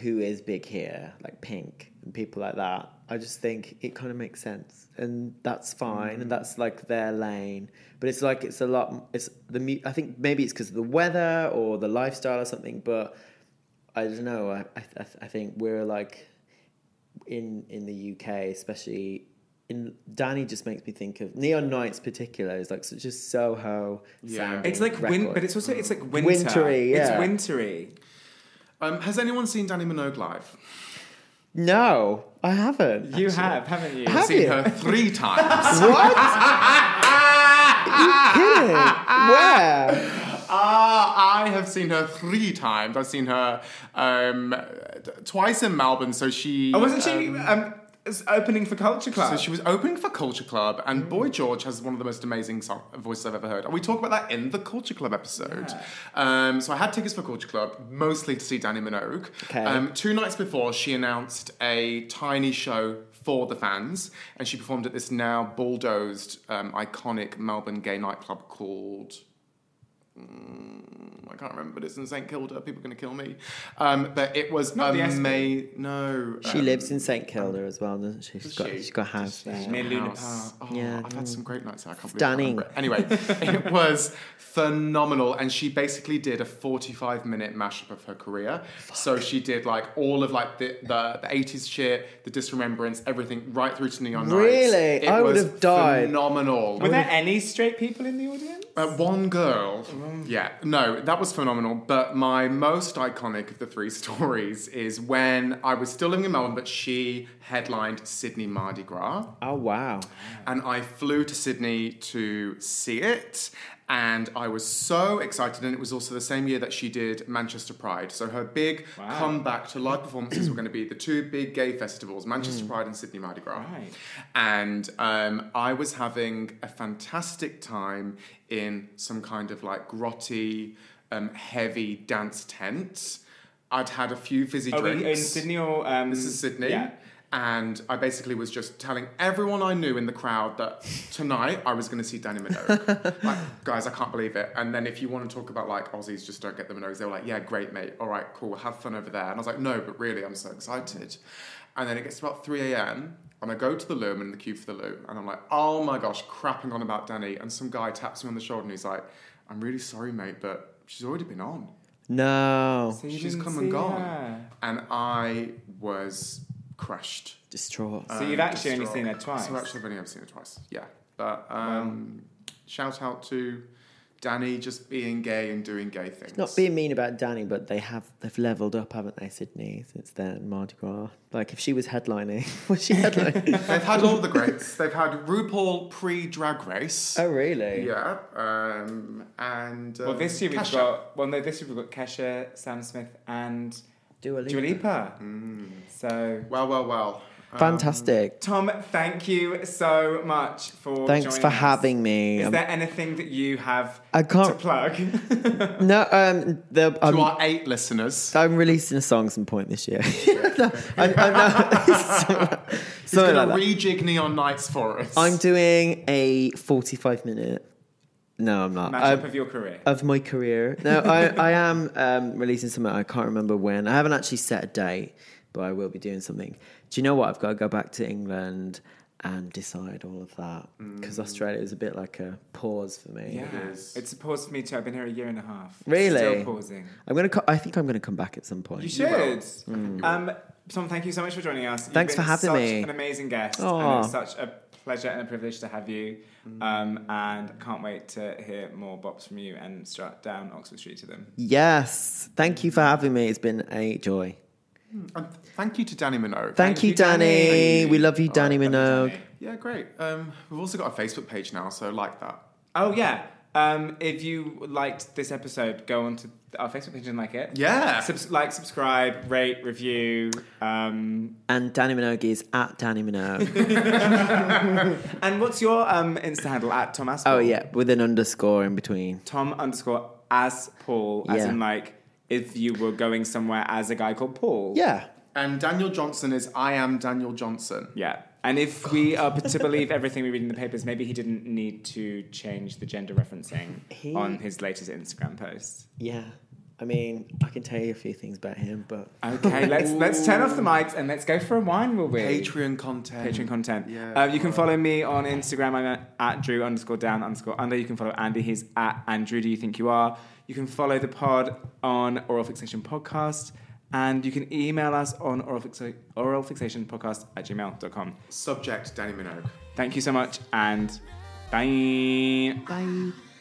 Speaker 1: who is big here, like Pink and people like that, I just think it kind of makes sense, and that's fine,
Speaker 2: Mm.
Speaker 1: and that's like their lane. But it's like it's a lot. It's the mu- I think maybe it's because of the weather or the lifestyle or something, but I don't know. I I, I I think we're like in in the UK, especially in Danny, just makes me think of Neon Nights, particular is like such a Soho.
Speaker 3: Yeah.
Speaker 1: sounding
Speaker 2: It's like win,
Speaker 1: record.
Speaker 2: but it's also it's like winter.
Speaker 1: Wintry, yeah.
Speaker 2: It's wintry.
Speaker 3: Um, has anyone seen Danny Minogue live?
Speaker 1: no, I haven't.
Speaker 2: You have, haven't you?
Speaker 1: Have
Speaker 3: seen
Speaker 1: you? *laughs*
Speaker 3: her three times.
Speaker 1: What? Kidding. Where?
Speaker 3: *laughs* Ah, I have seen her three times. I've seen her um, t- twice in Melbourne. So she.
Speaker 2: Oh, wasn't she um, s- opening for Culture Club?
Speaker 3: So she was opening for Culture Club, and Boy George has one of the most amazing song- voices I've ever heard. And we talk about that in the Culture Club episode. Um, so I had tickets for Culture Club, mostly to see Danny Minogue.
Speaker 1: Okay.
Speaker 3: Um, two nights before, she announced a tiny show for the fans, and she performed at this now bulldozed, um, iconic Melbourne gay nightclub called. mm, I can't remember, but it's in St Kilda. People are going to kill me. Um, but it was
Speaker 2: Not the
Speaker 3: amazing. No,
Speaker 1: She
Speaker 3: um,
Speaker 1: lives in St Kilda as well, doesn't she? She's
Speaker 3: does
Speaker 1: got
Speaker 3: she?
Speaker 1: she's got a house
Speaker 3: Does
Speaker 1: there.
Speaker 3: she?
Speaker 2: Near Luna
Speaker 3: House.
Speaker 2: Park.
Speaker 3: Oh,
Speaker 1: Yeah.
Speaker 3: I've had some great nights. there. I can't
Speaker 1: Stunning.
Speaker 3: believe I can't remember it.
Speaker 1: *laughs*
Speaker 3: Anyway, it was phenomenal, and she basically did a forty-five minute mashup of her career. So she did like all of like the the the eighties shit, the disremembrance, everything, right through to Neon Nights.
Speaker 1: Really?
Speaker 3: It
Speaker 1: I would
Speaker 3: was
Speaker 1: have died.
Speaker 3: Phenomenal.
Speaker 2: Were there any straight people in the audience?
Speaker 3: Uh, one girl. Yeah. No, that was phenomenal. But my most iconic of the three *laughs* stories is when I was still living in Melbourne, but she headlined Sydney Mardi Gras.
Speaker 1: Oh wow.
Speaker 3: Mm. And I flew to Sydney to see it. And I was so excited. And it was also the same year that she did Manchester Pride. So her big
Speaker 2: Wow.
Speaker 3: comeback to live performances were going to be the two big gay festivals, Manchester Pride and Sydney Mardi Gras.
Speaker 2: Mm. Right.
Speaker 3: And um, I was having a fantastic time in some kind of like grotty, um, heavy dance tent. I'd had a few fizzy
Speaker 2: Oh, in,
Speaker 3: drinks.
Speaker 2: in Sydney or um,
Speaker 3: This is Sydney.
Speaker 2: Yeah.
Speaker 3: And I basically was just telling everyone I knew in the crowd that tonight I was going to see Danny Minogue. like, guys, I can't believe it. And then if you want to talk about like Aussies, just don't get the Minogues. They were like, yeah, great, mate. All right, cool. Have fun over there. And I was like, no, but really, I'm so excited. And then it gets about 3 a.m. And I go to the loo, I'm in the queue for the loo. And I'm like, oh my gosh, crapping on about Danny. And some guy taps me on the shoulder and he's like, I'm really sorry, mate, but she's already been on.
Speaker 1: No.
Speaker 2: So you
Speaker 3: She's
Speaker 2: didn't
Speaker 3: come
Speaker 2: see
Speaker 3: and gone.
Speaker 2: her.
Speaker 3: And I was crushed.
Speaker 1: Distraught.
Speaker 3: Uh,
Speaker 2: So you've actually only seen her twice.
Speaker 3: So actually, I've only ever seen her twice. Yeah, but um, shout out to Danny just being gay and doing gay things.
Speaker 1: Not being mean about Danny, but they have they've leveled up, haven't they, Sydney? Since then, Mardi Gras. Like if she was headlining, *laughs* was she
Speaker 3: *laughs*
Speaker 1: headlining?
Speaker 3: They've had all the greats. They've had RuPaul pre-drag race.
Speaker 1: oh really?
Speaker 3: Yeah, um, and um,
Speaker 2: Well, this year we've
Speaker 3: Kesha.
Speaker 2: got. Well, no, this year we've got Kesha, Sam Smith, and
Speaker 1: Do a
Speaker 2: Dua Lipa.
Speaker 3: Mm.
Speaker 2: So,
Speaker 3: Well, well, well. Um,
Speaker 1: Fantastic.
Speaker 2: Tom, thank you so much for.
Speaker 1: Thanks
Speaker 2: joining
Speaker 1: for
Speaker 2: us.
Speaker 1: having me.
Speaker 2: Is
Speaker 1: Um,
Speaker 2: there anything that you have
Speaker 1: I can't- *laughs*
Speaker 2: to plug? *laughs*
Speaker 1: no, um, the,
Speaker 3: to
Speaker 1: I'm,
Speaker 3: our eight listeners.
Speaker 1: I'm releasing a song some point this year. *laughs* No, I, I know. *laughs*
Speaker 3: He's
Speaker 1: Something
Speaker 3: going
Speaker 1: like
Speaker 3: to
Speaker 1: that.
Speaker 3: rejig Neon Nights for us.
Speaker 1: I'm doing a 45 minute. No, I'm not.
Speaker 2: Matchup
Speaker 1: I'm-
Speaker 2: of your career.
Speaker 1: of my career. No, I, I am um, releasing something. I can't remember when. I haven't actually set a date, but I will be doing something. Do you know what? I've got to go back to England and decide all of that because Australia is a bit like a pause for me.
Speaker 2: Mm. yeah,
Speaker 3: is.
Speaker 2: it's a pause for me too. I've been here a year and a half.
Speaker 1: Really?
Speaker 2: Still pausing.
Speaker 1: I'm gonna. Co- I think I'm gonna come back at some point.
Speaker 2: You should. Um, Tom, thank you so much for joining us. You've
Speaker 1: Mm. Thanks
Speaker 2: been
Speaker 1: for having
Speaker 2: such
Speaker 1: me.
Speaker 2: An amazing guest.
Speaker 1: Aw. Mm.
Speaker 2: And it's such a pleasure and a privilege to have you. Um, and can't wait to hear more bops from you and strut down Oxford Street to them.
Speaker 1: Yes. Thank you for having me. It's been a joy.
Speaker 3: And Um, thank you to Danny Minogue. Oh,
Speaker 1: Thank, you,
Speaker 2: you,
Speaker 1: Danny.
Speaker 2: Danny.
Speaker 1: We love you,
Speaker 2: All
Speaker 1: Danny
Speaker 2: right, love
Speaker 1: Minogue.
Speaker 2: you, Danny.
Speaker 3: Yeah, great. Um, we've also got a Facebook page now, so like that.
Speaker 2: Oh yeah. Um, if you liked this episode, go onto our Facebook page and like it.
Speaker 3: Yeah.
Speaker 2: Subs- like, subscribe, rate, review, um,
Speaker 1: And Danny Minogue is at Danny
Speaker 2: *laughs*
Speaker 1: Minogue.
Speaker 2: and what's your um, Insta handle at Tom Aspel?
Speaker 1: oh yeah, with an underscore in between.
Speaker 2: Tom underscore as Paul, as
Speaker 1: Yeah.
Speaker 2: in like if you were going somewhere as a guy called Paul.
Speaker 1: Yeah.
Speaker 3: And Daniel Johnson is I am Daniel Johnson.
Speaker 2: Yeah. And if we are to believe everything we read in the papers, maybe he didn't need to change the gender referencing
Speaker 1: He-
Speaker 2: on his latest Instagram post.
Speaker 1: Yeah. I mean, I can tell you a few things about him, but
Speaker 2: Okay, *laughs* let's let's turn off the mics and let's go for a wine, will we?
Speaker 3: Patreon content.
Speaker 2: Patreon content.
Speaker 3: Yeah.
Speaker 2: Um, you can follow me on Instagram. I'm at- at Drew underscore down underscore under. You can follow Andy. He's at Andrew. Do you think you are? You can follow the pod on Oral Fixation Podcast. And you can email us on oral, fixa- oral fixation podcast at gmail.com.
Speaker 3: Subject Danny Minogue.
Speaker 2: Thank you so much and bye.
Speaker 1: bye.